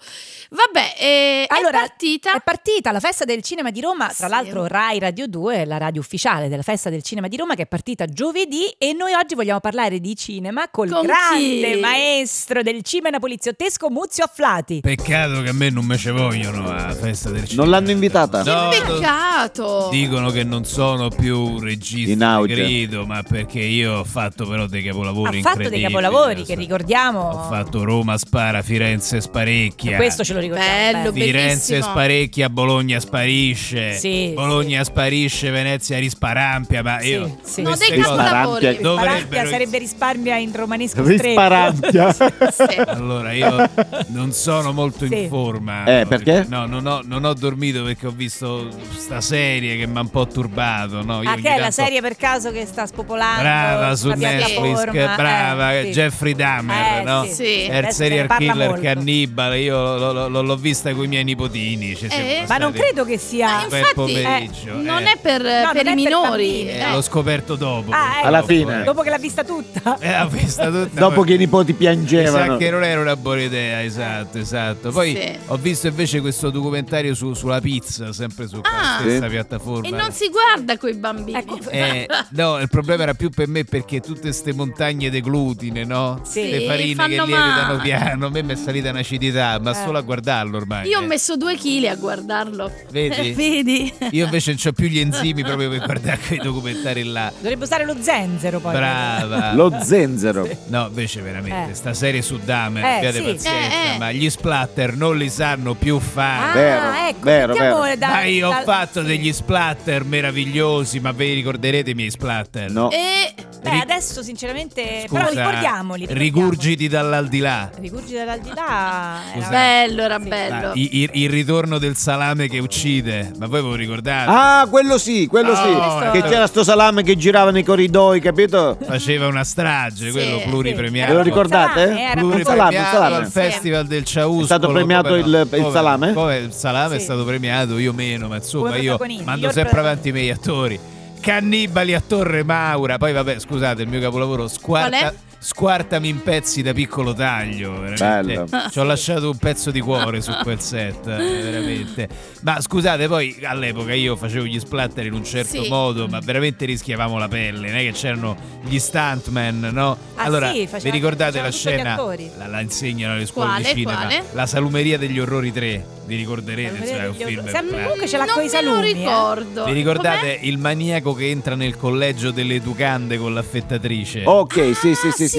Speaker 4: Vabbè, eh,
Speaker 9: Allora,
Speaker 4: è partita.
Speaker 9: È partita la festa del cinema di Roma, tra
Speaker 4: Sì.
Speaker 9: l'altro Rai Radio 2 è la radio ufficiale della festa del cinema di Roma che è partita giovedì e noi oggi vogliamo parlare di cinema col
Speaker 4: Con
Speaker 9: grande
Speaker 4: chi?
Speaker 9: maestro del cinema poliziottesco Muzio Afflati.
Speaker 2: Peccato che a me non me ce vogliono a festa del cinema.
Speaker 3: Non l'hanno invitata?
Speaker 4: Che
Speaker 2: No,
Speaker 4: peccato!
Speaker 2: Dicono che non sono più un regista
Speaker 3: In auge.
Speaker 2: di grido, ma perché io ho fatto però dei capolavori
Speaker 9: Ha fatto dei
Speaker 2: incredibili,
Speaker 9: capolavori che
Speaker 2: insomma.
Speaker 9: ricordiamo.
Speaker 2: Ho fatto Roma spara, Firenze sparecchia.
Speaker 9: E questo ce lo ricordiamo.
Speaker 4: Bello,
Speaker 9: bene.
Speaker 2: Firenze
Speaker 4: Bellissimo.
Speaker 2: sparecchia, Bologna sparisce.
Speaker 9: Sì,
Speaker 2: Bologna sparisce, Venezia risparampia, ma
Speaker 9: Sì,
Speaker 2: io
Speaker 9: sì.
Speaker 4: No,
Speaker 2: queste
Speaker 4: dei
Speaker 2: cose
Speaker 4: capolavori.
Speaker 3: Sparampia.
Speaker 9: Parampia
Speaker 2: dovrebbero
Speaker 9: sarebbe risparmia in romanesco stretto.
Speaker 3: Risparantia.
Speaker 4: Sì.
Speaker 2: Allora, io non sono molto
Speaker 9: Sì.
Speaker 2: in forma.
Speaker 3: Eh, perché?
Speaker 2: No, non ho, non ho dormito perché ho visto sta serie che mi ha un po' turbato. No? Io
Speaker 9: Ah,
Speaker 2: ogni
Speaker 9: che è la
Speaker 2: tanto-
Speaker 9: serie per caso che sta spopolando
Speaker 2: Brava su
Speaker 9: la
Speaker 2: Netflix,
Speaker 9: piattaforma?
Speaker 2: che brava,
Speaker 9: Eh, sì.
Speaker 2: Jeffrey Dahmer,
Speaker 9: Eh,
Speaker 2: no?
Speaker 9: sì.
Speaker 4: Sì.
Speaker 2: È il
Speaker 9: Adesso se ne
Speaker 2: serial
Speaker 9: parla
Speaker 2: killer
Speaker 9: molto.
Speaker 2: cannibale, io lo- lo- lo- l'ho vista con i miei nipotini. ci siamo
Speaker 4: Eh?
Speaker 9: Ma non
Speaker 2: stati-
Speaker 9: credo che
Speaker 4: Ma
Speaker 9: sia
Speaker 2: Bel
Speaker 4: infatti,
Speaker 2: pomeriggio,
Speaker 4: eh, non
Speaker 2: eh.
Speaker 4: è per,
Speaker 9: non
Speaker 4: per
Speaker 9: è
Speaker 4: i
Speaker 9: per
Speaker 4: minori.
Speaker 9: bambini,
Speaker 2: Eh,
Speaker 9: no.
Speaker 2: L'ho scoperto dopo.
Speaker 9: Ah, ecco.
Speaker 3: Alla fine.
Speaker 2: Dopo...
Speaker 9: dopo che l'ha vista tutta.
Speaker 2: Eh, l'ho vista tutta.
Speaker 3: Dopo
Speaker 2: poi-
Speaker 3: che i nipoti
Speaker 2: mi sa
Speaker 3: piangevano.
Speaker 2: che non era una buona idea, esatto, esatto. Poi
Speaker 4: Sì.
Speaker 2: ho visto invece questo documentario su- sulla pizza, sempre su
Speaker 4: Ah.
Speaker 2: questa
Speaker 3: Sì.
Speaker 2: piattaforma.
Speaker 4: E non si guarda coi bambini.
Speaker 9: Ecco,
Speaker 2: Eh,
Speaker 4: Scusa.
Speaker 2: No, il problema era più per me perché tutte queste montagne di glutine, no?
Speaker 5: Sì.
Speaker 2: Le farine che
Speaker 4: fanno
Speaker 2: lievitano
Speaker 4: male.
Speaker 2: piano, a me mi è salita un'acidità, ma
Speaker 5: Eh.
Speaker 2: solo a guardarlo ormai.
Speaker 4: Io ho
Speaker 2: eh.
Speaker 4: messo due chili a guardarlo.
Speaker 2: Vedi?
Speaker 4: Vedi?
Speaker 2: Io invece non ho più gli enzimi proprio per guardare quei documentari là.
Speaker 5: Dovrebbe usare lo zenzero poi.
Speaker 2: Brava.
Speaker 3: Lo zenzero.
Speaker 2: No, invece veramente,
Speaker 5: Eh.
Speaker 2: sta serie su Dahmer,
Speaker 5: Eh,
Speaker 2: abbiate
Speaker 5: sì.
Speaker 2: pazienza,
Speaker 4: Eh, eh.
Speaker 2: ma gli splatter non li sanno più
Speaker 5: Ah,
Speaker 2: fare.
Speaker 3: Vero,
Speaker 5: ecco,
Speaker 3: vero,
Speaker 5: mettiamo
Speaker 3: vero.
Speaker 5: da-
Speaker 2: Dai, ho
Speaker 5: da-
Speaker 2: fatto
Speaker 5: sì.
Speaker 2: degli splatter meravigliosi, ma ve li ricorderete i miei splatter?
Speaker 3: No.
Speaker 4: E
Speaker 5: Beh, adesso sinceramente,
Speaker 2: Scusa,
Speaker 5: Eh, però ricordiamoli. ricordiamoli.
Speaker 2: Rigurgiti dall'aldilà.
Speaker 5: Rigurgiti dall'aldilà. eh,
Speaker 2: Scusa.
Speaker 4: bello, era
Speaker 5: Sì.
Speaker 4: bello.
Speaker 2: Ah, i- i- il ritorno del salame che uccide, ma voi ve lo ricordate?
Speaker 3: Ah, quello sì, quello
Speaker 2: Oh,
Speaker 3: sì.
Speaker 2: questo-
Speaker 3: Che c'era sto salame che girava nei corridoi, capito?
Speaker 2: Faceva una strage,
Speaker 4: Sì,
Speaker 2: quello
Speaker 4: sì.
Speaker 2: pluripremiato.
Speaker 3: Ve lo ricordate?
Speaker 5: Salame, era
Speaker 3: Un
Speaker 5: proprio-
Speaker 3: salame, un
Speaker 2: Pluripremiato al
Speaker 3: salame.
Speaker 2: Festival del Ciauscolo.
Speaker 3: È stato premiato
Speaker 2: come no?
Speaker 3: il- il
Speaker 2: Come-
Speaker 3: salame?
Speaker 2: come il salame è
Speaker 5: Sì.
Speaker 2: stato premiato, io meno, ma insomma
Speaker 5: Come
Speaker 2: io
Speaker 5: protagonista,
Speaker 2: mando
Speaker 5: miglior
Speaker 2: sempre
Speaker 5: pro-
Speaker 2: avanti i miei attori. Cannibali a Torre Maura, poi vabbè, scusate, il mio capolavoro
Speaker 4: Qual
Speaker 2: squarta,
Speaker 4: è?
Speaker 2: squartami in pezzi da piccolo taglio, veramente.
Speaker 3: Bello.
Speaker 2: Ci ho lasciato un pezzo di cuore su quel set, eh, veramente. Ma scusate, poi all'epoca io facevo gli splatter in un certo
Speaker 4: Sì.
Speaker 2: modo, ma veramente rischiavamo la pelle, non è che c'erano gli stuntman, no?
Speaker 5: Ah,
Speaker 2: allora,
Speaker 5: sì,
Speaker 2: vi
Speaker 5: facevano-
Speaker 2: ricordate la
Speaker 5: facevano tutti gli
Speaker 2: scena?
Speaker 5: attori.
Speaker 2: La, la insegnano alle scuole
Speaker 4: Quale,
Speaker 2: di cinema.
Speaker 4: quale?
Speaker 2: La salumeria degli orrori 3, vi ricorderete,
Speaker 5: Salumeria
Speaker 2: cioè, è un
Speaker 5: degli
Speaker 2: film.
Speaker 5: orrori- Sembra
Speaker 2: eh.
Speaker 5: comunque ce l'ha
Speaker 4: non
Speaker 5: coi
Speaker 4: me lo
Speaker 5: salumi, eh.
Speaker 4: ricordo.
Speaker 2: Vi ricordate il maniaco che entra nel collegio delle educande con l'affettatrice?
Speaker 3: Ok, sì,
Speaker 4: Com'è?
Speaker 3: sì, sì, sì, sì.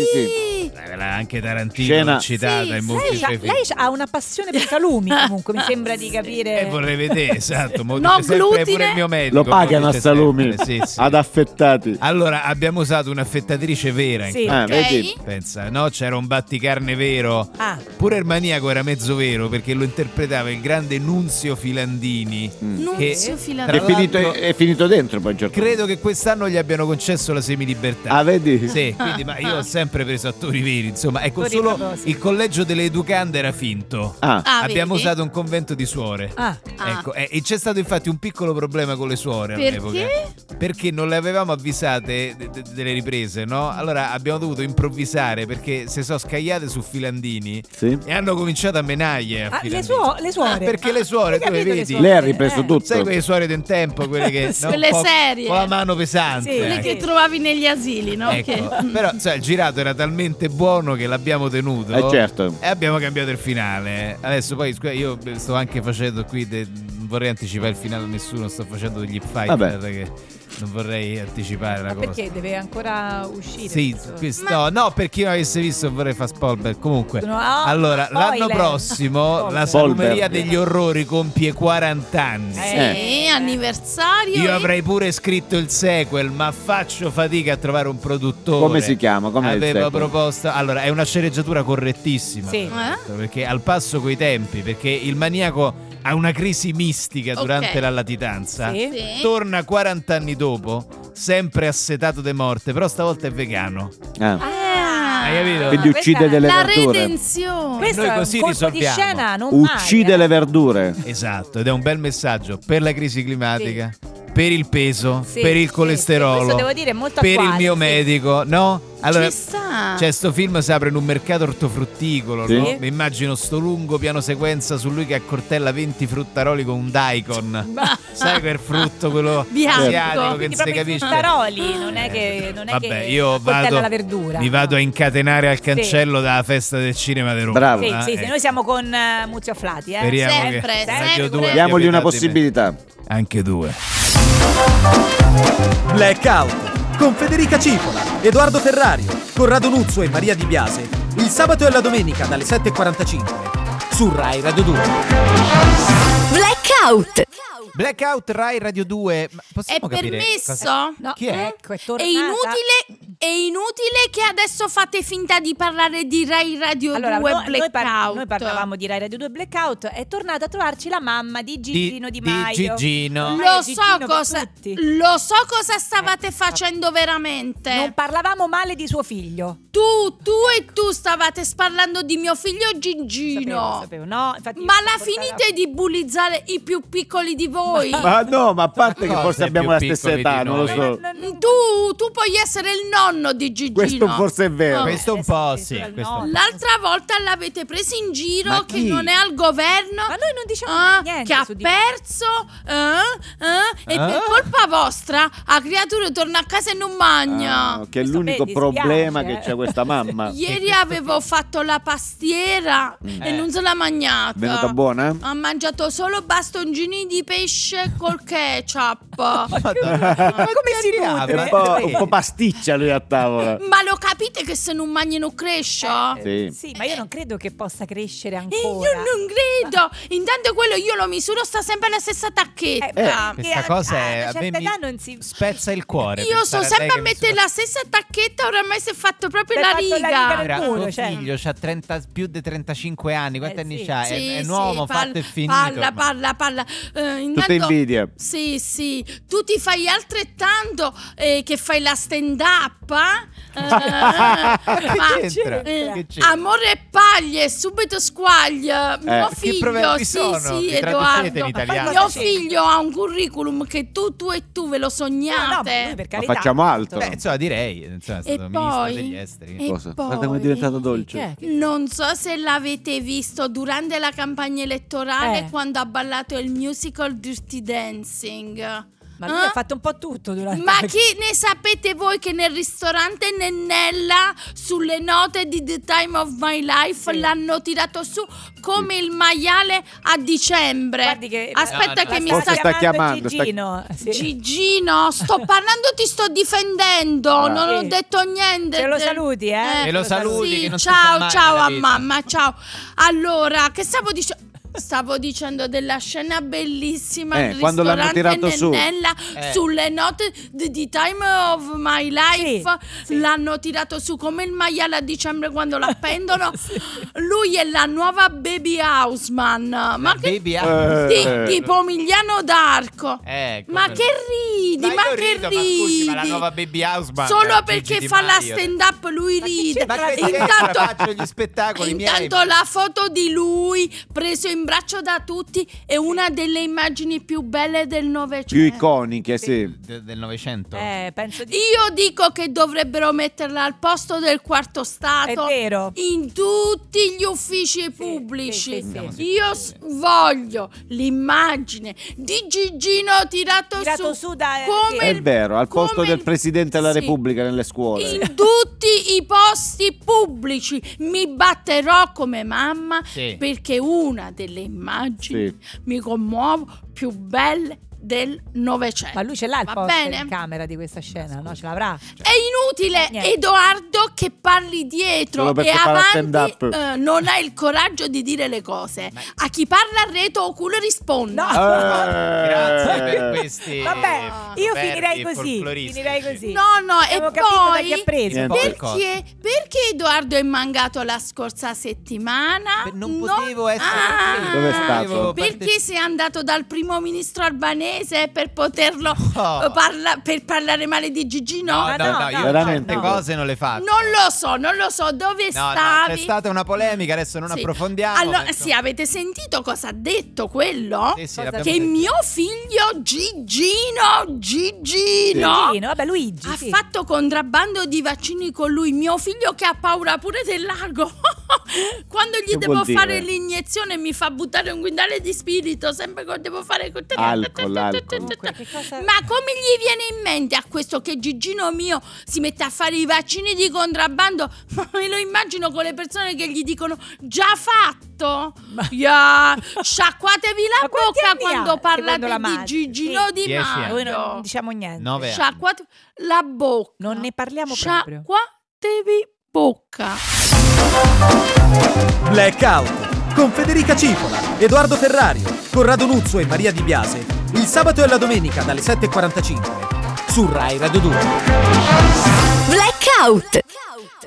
Speaker 2: Eh, l'ha Anche Tarantino
Speaker 3: Scena-
Speaker 2: l'ha citata in molti
Speaker 5: Lei,
Speaker 2: suoi
Speaker 5: c'ha-
Speaker 2: film.
Speaker 5: lei c'ha- ha una passione per i salumi comunque, mi sembra di capire.
Speaker 2: Eh, vorrei vedere, esatto. mo
Speaker 4: No,
Speaker 2: dice sempre
Speaker 4: glutine.
Speaker 2: pure il mio medico.
Speaker 3: Lo pagano a
Speaker 2: dice sempre,
Speaker 3: salumi, Ah.
Speaker 2: sì, sì.
Speaker 3: ad
Speaker 4: Ah,
Speaker 3: affettati.
Speaker 2: Allora, abbiamo usato un'affettatrice vera. in
Speaker 5: Sì.
Speaker 3: Eh,
Speaker 4: Ok.
Speaker 3: vedi?
Speaker 2: Pensa, no? C'era un batticarne vero.
Speaker 5: Ah,
Speaker 2: Pure il maniaco era mezzo vero perché lo interpretava il grande Nunzio Filandini.
Speaker 4: Nunzio
Speaker 2: Che-
Speaker 3: È
Speaker 2: Tra
Speaker 4: Filandini.
Speaker 3: finito,
Speaker 2: l'altro-
Speaker 3: è finito dentro poi a un certo
Speaker 2: Credo che quest'anno gli abbiano concesso la semilibertà.
Speaker 3: Ah, vedi?
Speaker 2: Sì, quindi, ma io ho sempre preso attori veri, insomma, ecco,
Speaker 5: Attori
Speaker 2: solo
Speaker 5: famosi.
Speaker 2: il collegio delle educande era finto.
Speaker 3: Ah,
Speaker 4: Ah,
Speaker 2: Abbiamo
Speaker 4: vedi?
Speaker 2: usato un convento di suore.
Speaker 5: ah,
Speaker 4: Ah.
Speaker 2: Ecco, eh, e c'è stato infatti un piccolo problema con le suore all'epoca.
Speaker 4: Perché?
Speaker 2: Perché non le avevamo avvisate de- de- delle riprese, no? Allora abbiamo dovuto improvvisare perché se sono scagliate su Filandini
Speaker 3: sì.
Speaker 2: e hanno cominciato a menaglie. A
Speaker 5: ah, le,
Speaker 2: Filandini.
Speaker 5: suo- le suore. Ah,
Speaker 2: Perché le suore,
Speaker 5: Hai
Speaker 2: tu le
Speaker 5: capito le
Speaker 2: vedi?
Speaker 5: suore?
Speaker 3: Lei ha ripreso
Speaker 5: Eh.
Speaker 3: tutto.
Speaker 2: Sai quelle suore del tempo, quelle che.
Speaker 5: Sì.
Speaker 2: no, un
Speaker 4: Quelle
Speaker 2: po'
Speaker 4: serie.
Speaker 2: Con la mano pesante.
Speaker 5: Sì,
Speaker 4: Quelle
Speaker 2: ecco.
Speaker 4: che trovavi negli asili, no?
Speaker 2: Ecco,
Speaker 4: Che-
Speaker 2: però sai, il girato era talmente buono che l'abbiamo tenuto
Speaker 3: Eh, certo.
Speaker 2: e abbiamo cambiato il finale. Adesso poi scusa, io sto anche facendo qui, de- non vorrei anticipare il finale a nessuno, sto facendo degli fighter
Speaker 3: Vabbè.
Speaker 2: che non vorrei anticipare la
Speaker 5: Ma
Speaker 2: cosa.
Speaker 5: perché deve ancora uscire?
Speaker 2: Sì,
Speaker 5: questo?
Speaker 2: questo- no, no, per chi non avesse visto vorrei fare Spolberg. Comunque,
Speaker 5: No,
Speaker 2: allora,
Speaker 5: oh, Ah, spoiler.
Speaker 2: l'anno prossimo la
Speaker 5: Spolberg.
Speaker 2: salumeria
Speaker 3: Spolberg.
Speaker 2: degli orrori compie 40 anni.
Speaker 5: Eh.
Speaker 4: Sì, anniversario.
Speaker 2: Io
Speaker 4: e-
Speaker 2: avrei pure scritto il sequel, ma faccio fatica a trovare un produttore.
Speaker 3: Come si chiama? Com'è il
Speaker 2: Avevo
Speaker 3: sequel?
Speaker 2: proposto. Allora, è una sceneggiatura correttissima.
Speaker 5: Sì. Eh?
Speaker 2: tra l'altro, Perché al passo coi tempi, perché il maniaco ha una crisi mistica
Speaker 4: Ok.
Speaker 2: durante la latitanza.
Speaker 5: Sì.
Speaker 4: Sì.
Speaker 2: Torna 40 anni dopo, sempre assetato di morte, però stavolta è vegano.
Speaker 3: Ah.
Speaker 4: Ah.
Speaker 2: Hai capito?
Speaker 3: Quindi
Speaker 5: questa-
Speaker 3: uccide delle
Speaker 4: La
Speaker 3: verdure.
Speaker 4: redenzione.
Speaker 5: Questo
Speaker 2: Noi
Speaker 5: è un
Speaker 2: così
Speaker 5: colpo
Speaker 2: risolviamo.
Speaker 5: di scena, non
Speaker 3: Uccide
Speaker 5: mai, eh.
Speaker 3: le verdure.
Speaker 2: Esatto, ed è un bel messaggio per la crisi climatica, per il peso,
Speaker 5: Sì,
Speaker 2: per il
Speaker 5: sì,
Speaker 2: colesterolo,
Speaker 5: sì, questo devo dire è molto
Speaker 2: per il
Speaker 5: attuale,
Speaker 2: mio
Speaker 5: sì.
Speaker 2: medico, no? Allora,
Speaker 4: Ci sta.
Speaker 2: Cioè, sto film si apre in un mercato ortofrutticolo,
Speaker 3: Sì.
Speaker 2: no? Mi immagino sto lungo piano sequenza su lui che accortella 20 fruttaroli con un daicon. Sai quel frutto, quello
Speaker 4: Bianco.
Speaker 2: asiatico che
Speaker 5: Quindi
Speaker 2: non si
Speaker 5: proprio i
Speaker 2: capisce. Eh,
Speaker 5: fruttaroli, non è che- non è
Speaker 2: Vabbè,
Speaker 5: che
Speaker 2: io
Speaker 5: accoltella
Speaker 2: vado,
Speaker 5: la verdura,
Speaker 2: Mi
Speaker 5: no.
Speaker 2: vado a incatenare al cancello dalla festa del cinema di Roma.
Speaker 3: Bravo.
Speaker 5: Sì,
Speaker 2: eh.
Speaker 5: sì, sì, noi siamo con eh, Muzio Afflati, eh.
Speaker 2: Speriamo
Speaker 4: Sempre,
Speaker 2: che
Speaker 4: sempre.
Speaker 2: Radio due abbia
Speaker 3: Diamogli
Speaker 2: pietà di
Speaker 3: una
Speaker 2: me.
Speaker 3: possibilità.
Speaker 2: Anche due.
Speaker 8: Blackout con Federica Cipola, Edoardo Ferrario, Corrado Nuzzo e Maria Di Biase. Il sabato e la domenica dalle 7.45 su Rai Radio 2.
Speaker 1: Blackout.
Speaker 2: Blackout Rai Radio 2. Ma
Speaker 4: È
Speaker 2: possiamo capire cosa-
Speaker 4: permesso?
Speaker 5: No,
Speaker 2: Chi è?
Speaker 5: Ecco, è
Speaker 4: È
Speaker 5: tornata.
Speaker 4: inutile, è inutile che adesso fate finta di parlare di Rai Radio
Speaker 5: Allora,
Speaker 4: 2
Speaker 5: noi, noi par-
Speaker 4: Blackout.
Speaker 5: noi parlavamo di Rai Radio 2 Blackout, è tornata a trovarci la mamma di Gigino Di,
Speaker 2: di
Speaker 5: Maio.
Speaker 2: Gigino.
Speaker 5: Ormai
Speaker 4: Lo
Speaker 5: è Gigino
Speaker 4: so,
Speaker 5: per
Speaker 4: cosa,
Speaker 5: tutti.
Speaker 4: lo so cosa stavate
Speaker 5: Eh,
Speaker 4: facendo veramente.
Speaker 5: Non parlavamo male di suo figlio.
Speaker 4: tu, tu e tu stavate parlando di mio figlio
Speaker 5: Sapevo,
Speaker 4: Gigino.
Speaker 5: sapevo, no, infatti
Speaker 4: Ma la
Speaker 5: portavo-
Speaker 4: finite di bullizzare i più piccoli di voi.
Speaker 3: Ma no, ma a parte che
Speaker 2: Ma
Speaker 3: forse
Speaker 2: cosa è
Speaker 3: abbiamo
Speaker 2: più
Speaker 3: la stessa
Speaker 2: piccoli di
Speaker 3: età, non lo
Speaker 2: noi? Eh,
Speaker 3: so.
Speaker 5: Non- non-
Speaker 4: Tu, tu puoi essere il nonno di Gigino.
Speaker 3: Questo forse è vero.
Speaker 4: Oh.
Speaker 2: Questo un po' sì. Questo un po'.
Speaker 4: L'altra volta l'avete preso in giro
Speaker 3: Ma
Speaker 4: che
Speaker 3: chi?
Speaker 4: non è al governo.
Speaker 5: Ma noi non diciamo
Speaker 4: ah,
Speaker 5: niente
Speaker 4: che ha
Speaker 5: su di-
Speaker 4: perso eh, eh, e per
Speaker 2: Ah.
Speaker 4: colpa vostra la creatura torna a casa e non mangia.
Speaker 3: Ah, che è
Speaker 5: Questo,
Speaker 3: l'unico
Speaker 5: beh, dispiace,
Speaker 3: problema
Speaker 5: eh.
Speaker 3: che c'ha questa mamma. È
Speaker 4: Ieri avevo fatto la pastiera e
Speaker 2: Eh.
Speaker 4: non se l'ha mangiata.
Speaker 3: Mm. Venuta buona?
Speaker 4: Ha mangiato solo bastonzini di pesce col ketchup.
Speaker 2: Madonna.
Speaker 5: Ma come si
Speaker 2: Ah,
Speaker 3: È
Speaker 5: nutre?
Speaker 2: ma-
Speaker 3: un po', un po' pasticcia lui a tavola.
Speaker 4: Ma lo capite che se non mangi non cresce?
Speaker 3: Sì.
Speaker 5: Sì, ma io non credo che possa crescere
Speaker 4: E Eh, io
Speaker 5: ancora.
Speaker 4: non credo. Intanto quello io lo misuro, sta sempre nella stessa
Speaker 5: Eh,
Speaker 4: tacchetta.
Speaker 3: Eh,
Speaker 5: perché
Speaker 2: Questa cosa
Speaker 5: a-
Speaker 2: è-
Speaker 5: a
Speaker 2: a
Speaker 5: una
Speaker 2: me
Speaker 5: certa
Speaker 2: mi-
Speaker 5: età Ah, non si
Speaker 2: Spezza il cuore.
Speaker 4: Io sto
Speaker 2: pensare
Speaker 4: sempre
Speaker 2: lei
Speaker 4: a
Speaker 2: che mi
Speaker 4: mettere
Speaker 2: sono-
Speaker 4: la stessa tacchetta, oramai si è fatto proprio
Speaker 5: Si è
Speaker 4: la
Speaker 5: fatto la
Speaker 4: riga.
Speaker 5: riga del
Speaker 2: Era
Speaker 5: culo,
Speaker 2: suo
Speaker 5: cioè.
Speaker 2: figlio, ha 30 più di 35 anni. Quanti
Speaker 5: Eh,
Speaker 2: anni
Speaker 5: sì.
Speaker 2: c'ha? Ah, È-
Speaker 4: Sì,
Speaker 2: è, un
Speaker 4: sì,
Speaker 2: uomo
Speaker 4: palla-
Speaker 2: fatto e finito.
Speaker 4: Palla,
Speaker 2: ormai.
Speaker 4: palla, palla. Eh,
Speaker 3: Tutta
Speaker 4: intanto,
Speaker 3: invidia.
Speaker 4: sì, sì, tu ti fai altrettanto eh, che fai la stand up. eh? Eh,
Speaker 2: Che
Speaker 4: ma-
Speaker 2: c'entra?
Speaker 4: eh,
Speaker 2: Che c'entra?
Speaker 4: amore e paglie, subito squaglia. mio
Speaker 3: che
Speaker 4: figlio,
Speaker 2: proverbi
Speaker 4: sì,
Speaker 2: sono?
Speaker 4: sì,
Speaker 2: Li traducete in
Speaker 4: Edoardo.
Speaker 2: italiano?
Speaker 4: Mio figlio ha un curriculum che tu, tu e tu ve lo
Speaker 5: No, no,
Speaker 4: sognate.
Speaker 5: noi per
Speaker 3: Ma
Speaker 5: carità.
Speaker 3: facciamo altro. eh,
Speaker 2: Beh, insomma, direi. Insomma, è
Speaker 4: E
Speaker 2: stato
Speaker 4: poi-
Speaker 2: ministro degli esteri.
Speaker 4: e
Speaker 3: Cosa?
Speaker 4: poi-
Speaker 3: Guarda come è diventato dolce.
Speaker 5: Che è?
Speaker 4: Non so se l'avete visto durante la campagna elettorale
Speaker 5: Eh.
Speaker 4: quando ha ballato il musical Dirty Dancing.
Speaker 5: Ma lui ha
Speaker 4: Eh?
Speaker 5: fatto un po' tutto durante
Speaker 4: Ma chi ne sapete voi che nel ristorante Nennella sulle note di The Time of My Life
Speaker 5: Sì.
Speaker 4: l'hanno tirato su come il maiale a dicembre?
Speaker 5: Guardi che-
Speaker 4: Aspetta
Speaker 2: No,
Speaker 4: che
Speaker 2: no,
Speaker 4: mi
Speaker 3: Ah, forse
Speaker 4: sta
Speaker 3: sta chiamando, sta-
Speaker 5: Gigino. Sì.
Speaker 4: Gigino, sto parlando, ti sto difendendo,
Speaker 3: Ah.
Speaker 4: non ho
Speaker 5: Sì.
Speaker 4: detto niente.
Speaker 5: Ce lo saluti, eh?
Speaker 2: Ce lo saluti, che non si sa
Speaker 4: ciao,
Speaker 2: mai
Speaker 4: ciao
Speaker 2: nella
Speaker 4: a
Speaker 2: vita.
Speaker 4: mamma, ciao. Allora, che stavo dicendo? Stavo dicendo della scena bellissima
Speaker 3: Eh,
Speaker 4: al
Speaker 3: quando l'hanno
Speaker 4: ristorante
Speaker 3: tirato su.
Speaker 4: Nennella
Speaker 2: Eh.
Speaker 4: sulle note di, di Time of My Life
Speaker 5: Sì, sì.
Speaker 4: l'hanno tirato su come il maiale a dicembre quando l'appendono. Lui è la nuova Baby Houseman. Ma che
Speaker 2: Baby
Speaker 3: Eh.
Speaker 4: sì, tipo Emiliano d'Arco.
Speaker 2: Eh, come
Speaker 4: ma
Speaker 2: no.
Speaker 4: che ridi,
Speaker 2: Ma
Speaker 4: ma,
Speaker 2: io
Speaker 4: che
Speaker 2: rido, ma
Speaker 4: ridi.
Speaker 2: scusi, ma la nuova Baby Houseman, eh,
Speaker 4: Solo
Speaker 2: Gigi
Speaker 4: perché
Speaker 2: Di
Speaker 4: fa la
Speaker 2: Maio.
Speaker 4: stand up lui
Speaker 5: Ma chi
Speaker 4: ride.
Speaker 5: c'entra? Ma che
Speaker 2: c'entra?
Speaker 4: intanto
Speaker 2: Faccio gli spettacoli
Speaker 4: Intanto
Speaker 2: miei.
Speaker 4: la foto di lui preso in braccio da tutti è una delle immagini più belle del
Speaker 3: Più
Speaker 4: Novecento.
Speaker 3: iconiche, sì.
Speaker 2: De- del Novecento.
Speaker 5: Eh, penso di...
Speaker 4: Io dico che dovrebbero metterla al posto del quarto
Speaker 5: È
Speaker 4: stato
Speaker 5: vero.
Speaker 4: in tutti gli uffici pubblici.
Speaker 5: sì, sì, sì.
Speaker 4: Io s- voglio l'immagine di Gigino tirato,
Speaker 5: Tirato su da-
Speaker 4: come
Speaker 3: È
Speaker 4: il-
Speaker 3: vero, al
Speaker 4: come
Speaker 3: posto del
Speaker 4: il-
Speaker 3: Presidente della
Speaker 4: Sì.
Speaker 3: Repubblica nelle scuole. Eh.
Speaker 4: In tutti i posti pubblici mi batterò come mamma
Speaker 2: Sì.
Speaker 4: perché una delle immagini
Speaker 3: Sì.
Speaker 4: mi commuovo più belle del Novecento.
Speaker 5: Ma lui ce l'ha il
Speaker 4: Va
Speaker 5: poster
Speaker 4: bene?
Speaker 5: in camera di questa scena, no? Ce l'avrà?
Speaker 4: È inutile,
Speaker 5: Niente.
Speaker 4: Edoardo, che parli dietro
Speaker 3: Solo
Speaker 4: e
Speaker 3: perché fa la
Speaker 4: avanti
Speaker 3: stand-up.
Speaker 4: eh, non hai il coraggio di dire le cose. A chi parla a reto o culo risponde.
Speaker 5: No.
Speaker 3: Eh.
Speaker 2: Grazie per questi.
Speaker 5: Vabbè, io
Speaker 2: proverbi
Speaker 5: finirei così.
Speaker 2: folcloristici.
Speaker 5: Finirei così.
Speaker 4: No, no, e
Speaker 5: Abbiamo capito da chi
Speaker 4: poi
Speaker 5: ha preso.
Speaker 3: Niente.
Speaker 2: Poi
Speaker 4: perché, perché Edoardo è mangato la scorsa settimana?
Speaker 2: Per- non potevo essere
Speaker 4: Ah,
Speaker 2: presente.
Speaker 3: Dove è stato?
Speaker 2: Dovevo
Speaker 4: Perché
Speaker 2: partecipare.
Speaker 4: sei andato dal primo ministro albanese per poterlo
Speaker 2: No.
Speaker 4: eh, parla- per parlare male di Gigino?
Speaker 2: No,
Speaker 5: Ma
Speaker 2: no,
Speaker 5: no,
Speaker 2: no, io
Speaker 3: veramente.
Speaker 2: certe cose non le faccio.
Speaker 4: Non lo so, non lo so dove
Speaker 2: No, no,
Speaker 4: stavi.
Speaker 2: c'è stata una polemica, adesso non
Speaker 4: Sì.
Speaker 2: approfondiamo.
Speaker 4: Allora,
Speaker 2: ma
Speaker 4: sì,
Speaker 2: insomma-
Speaker 4: avete sentito cosa ha detto quello?
Speaker 2: Sì, sì,
Speaker 5: Cosa-
Speaker 2: l'abbiamo
Speaker 4: Che
Speaker 2: detto.
Speaker 4: mio figlio Gigino, Gigino,
Speaker 5: Gigino, vabbè, Luigi.
Speaker 4: ha
Speaker 5: sì.
Speaker 4: fatto contrabbando di vaccini con lui. Mio figlio che ha paura pure del largo. Quando gli
Speaker 3: Che
Speaker 4: devo
Speaker 3: vuol dire?
Speaker 4: fare l'iniezione mi fa buttare un guindale di spirito. Sempre che devo fare.
Speaker 3: Alcol, alcol.
Speaker 5: Comunque, che cosa-
Speaker 4: Ma come gli viene in mente a questo che Gigino mio si mette a fare i vaccini di contrabbando? Ma me lo immagino con le persone che gli dicono già fatto. Ya, Sciacquatevi la
Speaker 5: Ma quanti
Speaker 4: bocca
Speaker 5: anni ha?
Speaker 4: quando
Speaker 5: Secondo la
Speaker 4: parlate di
Speaker 5: madre,
Speaker 4: Gigino
Speaker 5: sì.
Speaker 4: di
Speaker 2: Dieci anni.
Speaker 5: Noi non,
Speaker 4: Maio.
Speaker 5: non diciamo niente.
Speaker 2: Nove anni.
Speaker 4: Sciacquate la bocca.
Speaker 5: Non ne parliamo proprio.
Speaker 4: Sciacquatevi bocca.
Speaker 8: Blackout con Federica Cipola, Edoardo Ferrario, Corrado Nuzzo e Maria Di Biase. Il sabato e la domenica dalle 7.45 su Rai Radio 2.
Speaker 1: Blackout.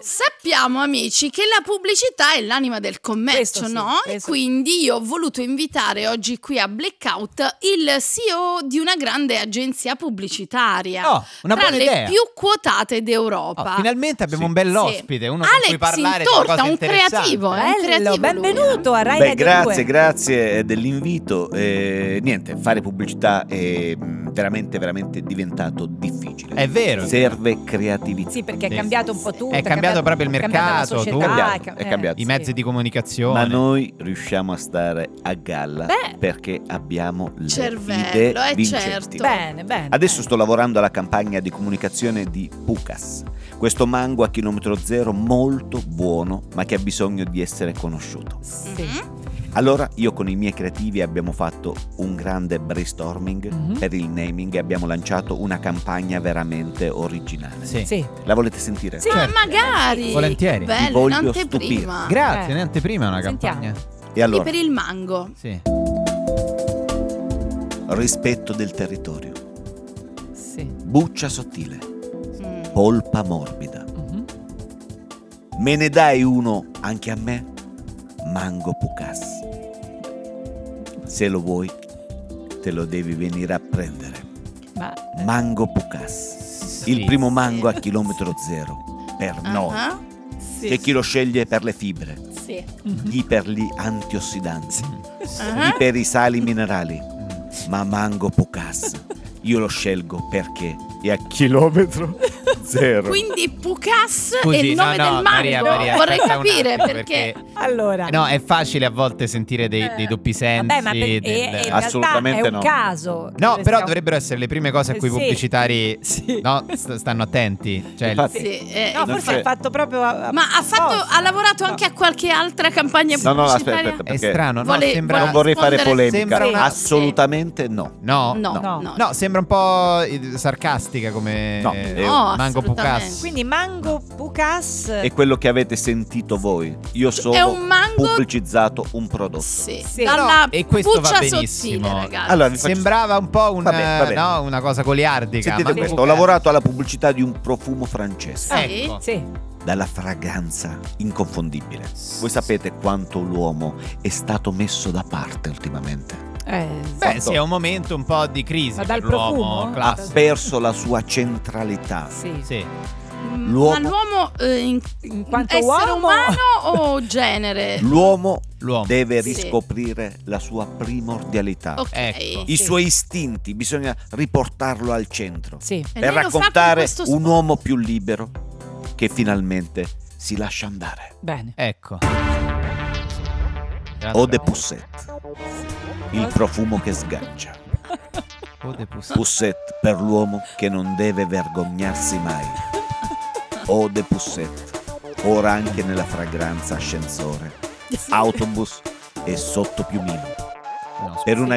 Speaker 4: Sappiamo amici che la pubblicità è l'anima del commercio,
Speaker 5: Questo sì,
Speaker 4: no? E
Speaker 5: questo-
Speaker 4: quindi io ho voluto invitare oggi qui a Blackout il CEO di una grande agenzia pubblicitaria.
Speaker 2: Oh, una
Speaker 4: tra
Speaker 2: buona
Speaker 4: le
Speaker 2: idea.
Speaker 4: più quotate
Speaker 2: Oh,
Speaker 4: d'Europa.
Speaker 2: finalmente abbiamo
Speaker 4: Sì.
Speaker 2: un bell'ospite, uno con cui
Speaker 4: Alex
Speaker 2: parlare di
Speaker 4: Intorta,
Speaker 2: cose
Speaker 4: un
Speaker 2: interessanti.
Speaker 4: creativo, eh, un creativo
Speaker 5: Bello,
Speaker 4: lui.
Speaker 5: benvenuto a Rai
Speaker 3: Beh,
Speaker 5: Radio
Speaker 3: Eh, grazie,
Speaker 5: 2.
Speaker 3: grazie dell'invito. Eh, niente, fare pubblicità è mm, veramente, veramente diventato difficile.
Speaker 2: È vero.
Speaker 3: Serve creatività.
Speaker 5: Sì, perché è
Speaker 2: Sì.
Speaker 5: cambiato un po' tutto.
Speaker 2: È cambiato proprio il
Speaker 5: è cambiata la
Speaker 2: mercato,
Speaker 5: società,
Speaker 2: tutto.
Speaker 3: È
Speaker 5: ca-
Speaker 3: cambiato, è cambiato.
Speaker 2: I
Speaker 5: sì.
Speaker 2: mezzi di comunicazione.
Speaker 3: Ma noi riusciamo a stare a galla
Speaker 5: Beh.
Speaker 3: perché abbiamo le
Speaker 4: Cervello,
Speaker 3: idee
Speaker 4: eh,
Speaker 3: vincenti.
Speaker 4: certo.
Speaker 5: Bene, bene.
Speaker 3: Adesso
Speaker 5: bene.
Speaker 3: sto lavorando alla campagna di comunicazione di Pucas, questo mango a chilometro zero molto buono ma che ha bisogno di essere conosciuto.
Speaker 5: Sì.
Speaker 3: Allora io con i miei creativi abbiamo fatto un grande brainstorming
Speaker 5: Mhm.
Speaker 3: per il naming e abbiamo lanciato una campagna veramente originale.
Speaker 2: Mm-hmm. Sì.
Speaker 5: Sì.
Speaker 3: La volete sentire?
Speaker 5: Sì.
Speaker 4: Ma
Speaker 2: Certo.
Speaker 4: magari.
Speaker 2: Volentieri.
Speaker 4: Bello,
Speaker 3: Ti voglio
Speaker 4: in anteprima.
Speaker 2: Grazie,
Speaker 5: Eh.
Speaker 2: in anteprima è una
Speaker 5: Sentiamo.
Speaker 2: campagna.
Speaker 3: E
Speaker 4: E
Speaker 3: allora,
Speaker 4: per il mango.
Speaker 2: Sì.
Speaker 3: rispetto del territorio,
Speaker 5: Sì.
Speaker 3: buccia sottile,
Speaker 4: Mm.
Speaker 3: polpa morbida.
Speaker 5: Mhm.
Speaker 3: Me ne dai uno anche a me? Mango Pucas. Se lo vuoi, te lo devi venire a prendere.
Speaker 5: Ma
Speaker 3: Mango Pucas.
Speaker 2: Sì.
Speaker 3: Il primo mango a chilometro zero. Per noi.
Speaker 4: Ah,
Speaker 5: sì.
Speaker 3: C'è chi lo sceglie per le fibre,
Speaker 4: Sì.
Speaker 3: chi per gli antiossidanti,
Speaker 4: Ah,
Speaker 3: chi per i sali minerali. Ma Mango Pucas io lo scelgo perché è a chilometro zero.
Speaker 4: Quindi Pucas
Speaker 2: Scusi,
Speaker 4: è il
Speaker 2: no,
Speaker 4: nome
Speaker 2: no,
Speaker 4: del mango.
Speaker 2: Maria, Maria,
Speaker 4: Vorrei
Speaker 2: aspetta un
Speaker 4: capire
Speaker 2: attimo,
Speaker 4: perché.
Speaker 5: Allora,
Speaker 2: Eh, No, è facile a volte sentire dei, dei doppi sensi.
Speaker 5: Eh. vabbè, ma per- e-
Speaker 2: del-
Speaker 5: e in
Speaker 3: Assolutamente
Speaker 5: realtà è un
Speaker 3: no.
Speaker 5: caso.
Speaker 2: No,
Speaker 5: Che
Speaker 2: però
Speaker 5: stiamo-
Speaker 2: dovrebbero essere le prime cose a cui i
Speaker 5: Sì.
Speaker 2: pubblicitari
Speaker 5: Sì.
Speaker 2: no, st- stanno attenti. Cioè,
Speaker 3: Infatti,
Speaker 4: Sì, eh,
Speaker 5: No,
Speaker 3: non
Speaker 5: forse
Speaker 3: c'è.
Speaker 5: ha fatto proprio a- a-
Speaker 4: Ma ha, fatto-
Speaker 5: apposta.
Speaker 4: ha lavorato anche a qualche altra campagna
Speaker 3: No, no, aspetta,
Speaker 4: pubblicitaria?
Speaker 2: è
Speaker 3: perché
Speaker 2: strano, no?
Speaker 4: Vuole-
Speaker 2: Eh, Sembra...
Speaker 3: Non vorrei fare
Speaker 4: rispondere-
Speaker 3: polemica,
Speaker 2: Sembra una-
Speaker 3: assolutamente no.
Speaker 2: No?
Speaker 4: No,
Speaker 3: No.
Speaker 4: no.
Speaker 5: No.
Speaker 2: No, sembra un po' eh, sarcastica come
Speaker 3: No,
Speaker 2: eh,
Speaker 3: no,
Speaker 2: Mango
Speaker 4: assolutamente.
Speaker 2: Pucas.
Speaker 5: Quindi Mango Pucas
Speaker 3: È quello che avete sentito voi. Io solo
Speaker 4: È un mango-
Speaker 3: pubblicizzato un prodotto.
Speaker 4: Sì.
Speaker 5: Sì.
Speaker 4: Dalla
Speaker 2: No, e questo va
Speaker 4: buccia
Speaker 2: benissimo.
Speaker 4: sottile, ragazzi.
Speaker 3: Allora, vi faccio-
Speaker 2: Sembrava un po' un, eh,
Speaker 3: Va bene, va bene.
Speaker 2: no, una cosa goliardica.
Speaker 3: Sentite
Speaker 2: Mango
Speaker 3: questo, ho
Speaker 2: Pucas.
Speaker 3: lavorato alla pubblicità di un profumo francese,
Speaker 4: Sì.
Speaker 2: Ecco.
Speaker 5: Sì.
Speaker 3: dalla fragranza inconfondibile. Voi sapete quanto l'uomo è stato messo da parte ultimamente.
Speaker 5: Eh,
Speaker 2: Beh, sì, è un momento un po' di crisi
Speaker 5: Ma
Speaker 2: per
Speaker 5: dal
Speaker 2: l'uomo
Speaker 5: profumo? Ah,
Speaker 3: Ha
Speaker 2: classico.
Speaker 3: perso la sua centralità.
Speaker 5: sì.
Speaker 2: Sì.
Speaker 4: Ma
Speaker 3: L'uomo-
Speaker 4: l'uomo eh, in,
Speaker 5: In quanto
Speaker 4: essere
Speaker 5: uomo-
Speaker 4: umano o genere?
Speaker 3: L'uomo,
Speaker 2: L'uomo.
Speaker 3: deve
Speaker 4: Sì.
Speaker 3: riscoprire la sua primordialità.
Speaker 4: Ok.
Speaker 2: Ecco.
Speaker 3: I
Speaker 5: Sì.
Speaker 3: suoi istinti, bisogna riportarlo al centro.
Speaker 5: Sì.
Speaker 4: E
Speaker 3: per
Speaker 4: lei lo fa con
Speaker 3: raccontare
Speaker 4: questo
Speaker 3: un
Speaker 4: spot.
Speaker 3: uomo più libero che finalmente si lascia andare.
Speaker 5: Bene.
Speaker 2: Ecco.
Speaker 3: Eau de Poussette, il profumo che sgancia.
Speaker 2: Eau de Poussette.
Speaker 3: Poussette per l'uomo che non deve vergognarsi mai. Eau de Poussette, ora anche nella fragranza ascensore, autobus e sotto piumino.
Speaker 2: No, scusi.
Speaker 3: Per una...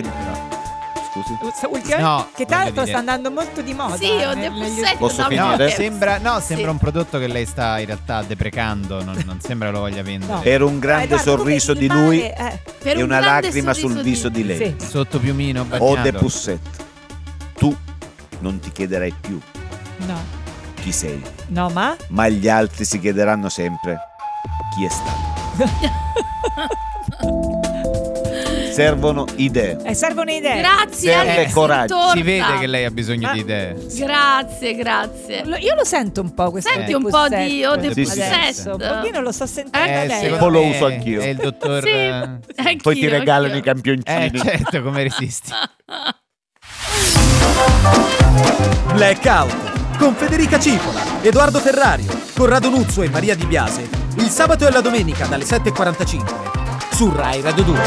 Speaker 3: Scusi?
Speaker 5: Sta- ultimamente-
Speaker 2: No,
Speaker 5: che tra l'altro
Speaker 2: voglio dire-
Speaker 5: sta andando molto di moda.
Speaker 4: Sì, ho dei
Speaker 5: nel- negli
Speaker 4: pussetti
Speaker 3: Posso
Speaker 4: da
Speaker 3: finire?
Speaker 2: No,
Speaker 4: poche.
Speaker 2: sembra, no, sembra
Speaker 4: eh, Sì.
Speaker 2: un prodotto che lei sta in realtà deprecando, non, non sembra lo voglia vendere.
Speaker 3: Per un grande
Speaker 5: Dai, guarda, tu
Speaker 3: sorriso
Speaker 5: che
Speaker 3: di
Speaker 5: mi pare,
Speaker 3: lui
Speaker 5: eh.
Speaker 4: Per
Speaker 3: e
Speaker 4: un
Speaker 3: una
Speaker 4: grande
Speaker 3: lacrima
Speaker 4: sorriso
Speaker 3: sul viso di lei.
Speaker 5: Sì.
Speaker 2: Sotto piumino,
Speaker 3: O de
Speaker 2: bagnato.
Speaker 3: Poussette, tu non ti chiederai più
Speaker 5: No,
Speaker 3: chi sei,
Speaker 5: no, ma
Speaker 3: ma gli altri si chiederanno sempre chi è stato. Servono idee.
Speaker 5: eh, servono idee.
Speaker 4: Grazie,
Speaker 3: Serve
Speaker 4: Alex
Speaker 3: coraggio.
Speaker 4: Torta.
Speaker 2: Si vede che lei ha bisogno di
Speaker 4: Eh,
Speaker 2: idee.
Speaker 4: Grazie, grazie.
Speaker 5: Lo- Io lo sento un po' questo.
Speaker 4: Senti
Speaker 5: tipo
Speaker 4: un po'
Speaker 5: set.
Speaker 4: di Ode
Speaker 3: Sì, sì, sì.
Speaker 4: Pusset.
Speaker 5: Un pochino lo sto sentendo.
Speaker 4: Eh,
Speaker 5: lei.
Speaker 2: secondo
Speaker 3: Un po' lo
Speaker 2: me
Speaker 3: uso anch'io.
Speaker 2: È il dottor...
Speaker 4: Sì,
Speaker 2: eh,
Speaker 4: anch'io,
Speaker 3: Poi ti regalano i
Speaker 4: anch'io.
Speaker 3: campioncini.
Speaker 2: Eh, certo, come resisti?
Speaker 8: Blackout con Federica Cipola, Edoardo Ferrario, Corrado Nuzzo e Maria Di Biase. Il sabato e la domenica dalle 7.45 su Rai Radio 2.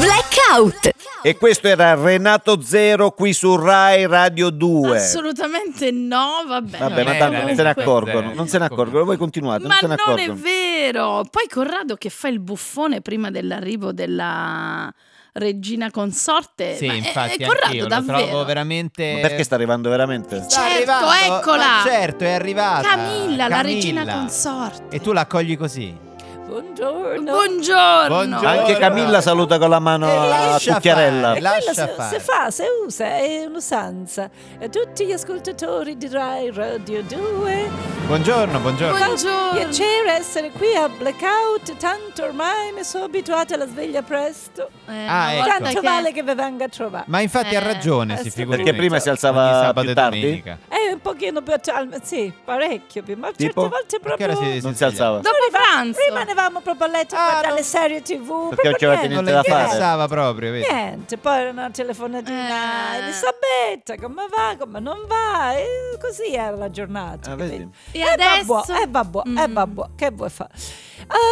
Speaker 1: Blackout.
Speaker 3: E questo era Renato Zero qui su Rai Radio 2.
Speaker 4: Assolutamente no, vabbè.
Speaker 3: Vabbè, ma
Speaker 2: Eh,
Speaker 3: tanto non se ne
Speaker 2: comunque-
Speaker 3: accorgono, non se ne
Speaker 2: Eh,
Speaker 3: accorgono, voi continuate, non
Speaker 4: Ma
Speaker 3: se ne
Speaker 4: non, è
Speaker 3: accorgono.
Speaker 4: vero. Poi Corrado che fa il buffone prima dell'arrivo della regina consorte.
Speaker 2: Sì,
Speaker 4: Eh, Ma è-
Speaker 2: infatti,
Speaker 4: è Corrado
Speaker 2: anch'io lo
Speaker 4: davvero.
Speaker 2: trovo veramente...
Speaker 3: Ma perché sta arrivando veramente?
Speaker 4: Certo,
Speaker 2: arrivando-
Speaker 4: eccola!
Speaker 2: ma Certo, è arrivata.
Speaker 4: Camilla, la regina
Speaker 2: Camilla.
Speaker 4: consorte.
Speaker 2: E tu la accogli così?
Speaker 5: Buongiorno.
Speaker 4: Buongiorno.
Speaker 2: Buongiorno.
Speaker 10: Anche Camilla saluta con la mano
Speaker 2: E
Speaker 10: la
Speaker 2: Eh, lascia
Speaker 3: Ah,
Speaker 10: cucchiarella.
Speaker 2: fare.
Speaker 5: E quello
Speaker 2: Lascia
Speaker 5: se,
Speaker 2: fare.
Speaker 5: se fa, se usa, è un'usanza. E Tutti gli ascoltatori di Rai Radio 2.
Speaker 2: Buongiorno, buongiorno.
Speaker 4: Buongiorno.
Speaker 5: Piacere essere qui a Blackout, tanto ormai mi sono abituata alla sveglia presto.
Speaker 2: Ah,
Speaker 4: Eh, una
Speaker 2: ecco.
Speaker 4: volta
Speaker 5: Tanto vale che vi venga a trovare.
Speaker 2: Ma infatti ha
Speaker 4: Eh,
Speaker 2: ragione, si
Speaker 5: sì.
Speaker 2: figura.
Speaker 10: Perché prima si alzava
Speaker 2: Ogni sabato
Speaker 10: più
Speaker 2: e
Speaker 10: tardi?
Speaker 2: domenica.
Speaker 5: È un pochino più attuale, sì, parecchio più, ma
Speaker 10: Tipo?
Speaker 5: certe volte
Speaker 2: Perché
Speaker 5: proprio...
Speaker 2: ora si-
Speaker 10: Non si alzava.
Speaker 4: Dopo pranzo.
Speaker 5: Rimanevamo proprio a letto a
Speaker 2: Ah,
Speaker 5: guardare
Speaker 2: non-
Speaker 5: le serie tv.
Speaker 10: Perché non
Speaker 5: proprio
Speaker 10: c'avevate
Speaker 2: Non
Speaker 10: niente
Speaker 2: le
Speaker 10: da fare.
Speaker 2: interessava proprio, vedi?
Speaker 5: Niente, poi era una telefonatina,
Speaker 4: Eh.
Speaker 5: Elisabetta, "Ah, come va, come non va, e così era la giornata.
Speaker 10: Ah,
Speaker 5: capito?
Speaker 10: vedi?
Speaker 4: E
Speaker 5: vabbò,
Speaker 4: adesso?
Speaker 5: eh, vabbò, eh,
Speaker 4: Mm.
Speaker 5: vabbò, che vuoi fare?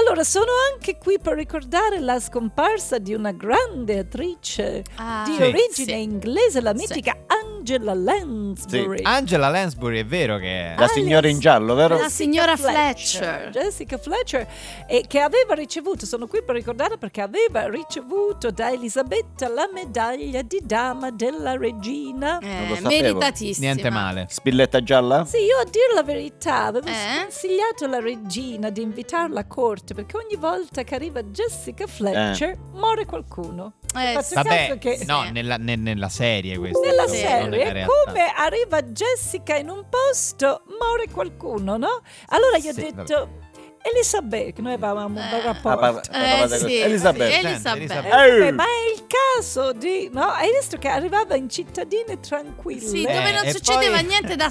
Speaker 5: Allora, sono anche qui per ricordare la scomparsa di una grande attrice
Speaker 4: Ah,
Speaker 5: di
Speaker 2: Sì.
Speaker 5: origine
Speaker 4: sì.
Speaker 5: inglese, la
Speaker 4: Sì.
Speaker 5: mitica Angela Lansbury.
Speaker 2: Angela Lansbury, è vero che è.
Speaker 10: La signora in giallo, vero?
Speaker 4: La signora Fletcher.
Speaker 5: Jessica Fletcher, e che aveva ricevuto, sono qui per ricordarla perché aveva ricevuto da Elisabetta la medaglia di dama della regina.
Speaker 10: lo
Speaker 4: Eh,
Speaker 10: sapevo.
Speaker 4: meritatissima.
Speaker 2: Niente male.
Speaker 10: Spilletta gialla?
Speaker 5: Sì, io a dire la verità avevo
Speaker 4: Eh?
Speaker 5: sconsigliato alla regina di invitarla a corte perché ogni volta che arriva Jessica Fletcher
Speaker 2: Eh.
Speaker 5: muore qualcuno.
Speaker 4: Eh,
Speaker 5: Faccio
Speaker 4: sì.
Speaker 5: caso
Speaker 2: Vabbè,
Speaker 5: che-
Speaker 2: no,
Speaker 4: Sì.
Speaker 2: nella, ne- nella serie questa.
Speaker 5: Nella
Speaker 2: insomma, non nella
Speaker 5: serie,
Speaker 2: realtà.
Speaker 5: come arriva Jessica in un posto, muore qualcuno, no? Allora gli ho
Speaker 2: Sì,
Speaker 5: detto, Elisabetta, che noi avevamo un bel
Speaker 4: Eh.
Speaker 10: Ah,
Speaker 5: rapporto.
Speaker 10: vabbè. Elisabetta.
Speaker 4: Eh, sì,
Speaker 10: Elisabetta.
Speaker 4: sì, Elisabetta.
Speaker 5: Eh, vabbè,
Speaker 10: Ehi.
Speaker 5: ma è il caso di... No? Hai visto che arrivava in cittadine tranquille.
Speaker 4: Sì,
Speaker 2: Eh,
Speaker 4: dove non
Speaker 2: e
Speaker 4: succedeva
Speaker 2: poi-
Speaker 4: niente da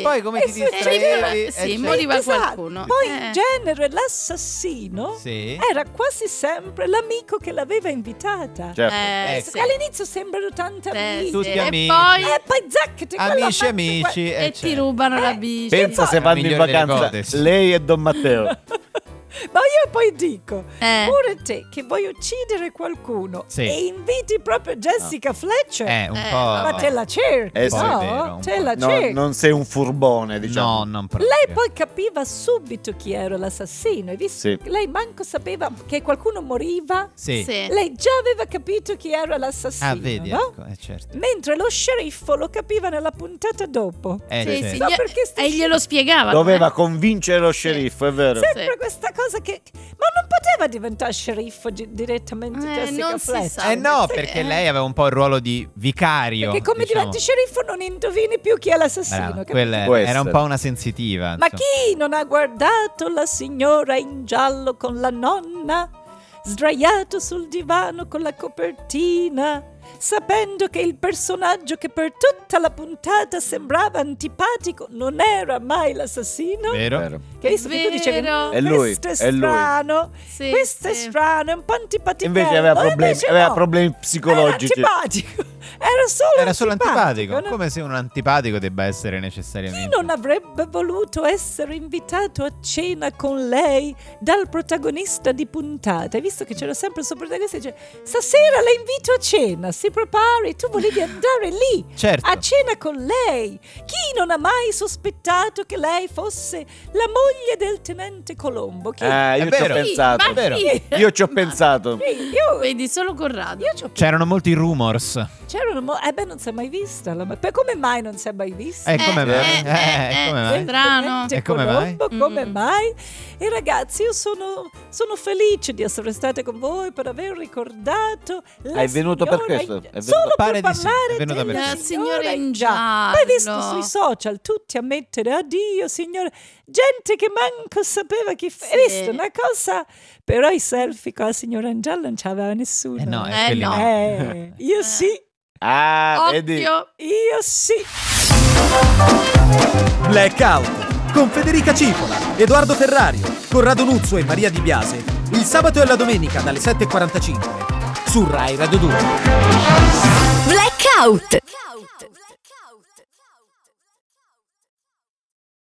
Speaker 2: E poi come ti
Speaker 5: Eh, sì, arriva-
Speaker 2: distraevi?
Speaker 4: Eh, sì,
Speaker 2: eh,
Speaker 4: moriva-
Speaker 5: Esatto.
Speaker 4: qualcuno.
Speaker 5: Poi
Speaker 4: Eh.
Speaker 5: in genere l'assassino
Speaker 2: Sì.
Speaker 5: era quasi sempre l'amico che l'aveva invitata.
Speaker 10: Certo.
Speaker 4: Eh,
Speaker 2: Ecco.
Speaker 4: sì.
Speaker 5: All'inizio sembrano tanti
Speaker 4: Eh,
Speaker 5: amici.
Speaker 2: Tutti
Speaker 4: sì.
Speaker 2: amici.
Speaker 4: E poi
Speaker 5: E poi zac, ti- quello
Speaker 2: Amici,
Speaker 5: ammazza
Speaker 2: amici.
Speaker 5: que-
Speaker 2: eh,
Speaker 4: e ti
Speaker 2: certo.
Speaker 4: rubano la bici.
Speaker 10: Pensa se
Speaker 2: La
Speaker 10: vanno in
Speaker 2: migliore delle
Speaker 10: vacanza
Speaker 2: cose.
Speaker 10: lei e Don Matteo.
Speaker 5: Ma io poi dico,
Speaker 4: Eh.
Speaker 5: pure te che vuoi uccidere qualcuno
Speaker 2: Sì.
Speaker 5: e inviti proprio Jessica Fletcher,
Speaker 2: Eh, un
Speaker 4: Eh,
Speaker 2: po'.
Speaker 5: ma te la cerchi,
Speaker 10: Eh, sì.
Speaker 5: no?
Speaker 2: È vero, un
Speaker 5: te
Speaker 2: po'.
Speaker 5: la
Speaker 10: No,
Speaker 5: cerchi.
Speaker 10: non sei un furbone, diciamo.
Speaker 2: No, non proprio.
Speaker 5: Lei poi capiva subito chi era l'assassino, hai visto?
Speaker 10: Sì.
Speaker 5: Lei manco sapeva che qualcuno moriva.
Speaker 2: Sì.
Speaker 4: Sì.
Speaker 5: Lei già aveva capito chi era l'assassino,
Speaker 2: Ah, vedi,
Speaker 5: no?
Speaker 2: ecco, eh, certo.
Speaker 5: Mentre lo sceriffo lo capiva nella puntata dopo.
Speaker 2: Eh,
Speaker 4: Sì,
Speaker 2: certo.
Speaker 4: sì,
Speaker 5: Ma
Speaker 4: gli-
Speaker 5: perché sta
Speaker 4: e glielo spiegava.
Speaker 10: Doveva
Speaker 4: Eh.
Speaker 10: convincere lo sceriffo, è vero.
Speaker 4: Sì.
Speaker 5: Sempre questa cosa che... Ma non poteva diventare sceriffo gi- direttamente
Speaker 4: Eh,
Speaker 5: Jessica
Speaker 4: non si
Speaker 5: Fletcher.
Speaker 4: sa.
Speaker 2: Eh no,
Speaker 4: Sì,
Speaker 2: perché
Speaker 4: eh.
Speaker 2: lei aveva un po' il ruolo di vicario.
Speaker 5: Perché come
Speaker 2: diciamo.
Speaker 5: diventi sceriffo non indovini più chi è l'assassino.
Speaker 2: Brava,
Speaker 5: capito?
Speaker 2: quella
Speaker 10: Può
Speaker 2: era, era un
Speaker 10: essere.
Speaker 2: po' una sensitiva.
Speaker 5: Ma
Speaker 2: insomma.
Speaker 5: chi non ha guardato la signora in giallo con la nonna, sdraiato sul divano con la copertina, sapendo che il personaggio che per tutta la puntata sembrava antipatico non era mai l'assassino?
Speaker 2: Vero?
Speaker 10: Vero.
Speaker 5: Che hai visto che tu dicevi, "Mm,
Speaker 4: Vero.
Speaker 10: È lui,
Speaker 5: questo è
Speaker 10: è lui."
Speaker 5: strano,
Speaker 4: Sì,
Speaker 5: questo è
Speaker 4: sì.
Speaker 5: strano, è un po' antipatico.
Speaker 10: Invece aveva problemi, aveva problemi psicologici.
Speaker 5: Era antipatico, era solo
Speaker 2: Era solo antipatico.
Speaker 5: no?
Speaker 2: Come se un antipatico debba essere
Speaker 5: Chi
Speaker 2: necessariamente.
Speaker 5: non avrebbe voluto essere invitato a cena con lei dal protagonista di puntata? Hai visto che c'era sempre il suo protagonista? Dice, Stasera la invito a cena, si prepari, tu volevi andare lì
Speaker 2: Certo.
Speaker 5: a cena con lei. Chi non ha mai sospettato che lei fosse la moglie del tenente Colombo? Chi?
Speaker 3: Eh.
Speaker 10: Ah, io
Speaker 2: È
Speaker 10: ci ho
Speaker 2: vero.
Speaker 10: pensato.
Speaker 4: Sì, ma
Speaker 2: Vero.
Speaker 4: sì.
Speaker 10: Io ci ho pensato.
Speaker 5: Sì, Io,
Speaker 4: Vedi solo Corrado.
Speaker 5: io ci ho
Speaker 2: C'erano molti rumors. Eh,
Speaker 5: c'erano mo- eh beh, non si è mai vista. la- ma- per- come mai non si è mai vista?
Speaker 2: come
Speaker 4: eh,
Speaker 2: mai?
Speaker 4: eh,
Speaker 2: Eh,
Speaker 4: eh,
Speaker 2: come
Speaker 4: eh.
Speaker 2: mai?
Speaker 4: Strano.
Speaker 2: E come mai?
Speaker 5: Cioè, Colombo, come
Speaker 4: Mm.
Speaker 5: mai? E ragazzi, io sono, sono felice di essere stata con voi per aver ricordato la
Speaker 10: È venuto per
Speaker 5: signora
Speaker 10: questo,
Speaker 5: in-
Speaker 10: è venuto-
Speaker 5: Solo
Speaker 2: Pare
Speaker 5: per
Speaker 2: di sì,
Speaker 5: parlare
Speaker 2: è venuta per
Speaker 5: della
Speaker 4: questo. La
Speaker 5: signora in
Speaker 4: giallo.
Speaker 5: giallo. Hai visto sui social tutti a mettere addio, signore. Gente che manco sapeva chi fosse. Hai
Speaker 4: Sì.
Speaker 5: visto una cosa? Però i selfie con la signora in giallo non c'aveva nessuno.
Speaker 2: Eh no,
Speaker 4: Eh,
Speaker 2: è quelli
Speaker 4: no.
Speaker 2: no.
Speaker 5: Eh, io sì,
Speaker 10: Ah, vedi.
Speaker 4: Occhio.
Speaker 5: io sì.
Speaker 8: Blackout con Federica Cipola, Edoardo Ferrario, Corrado Nuzzo e Maria Di Biase. Il sabato e la domenica dalle 7.45 su Rai Radio 2.
Speaker 1: Blackout.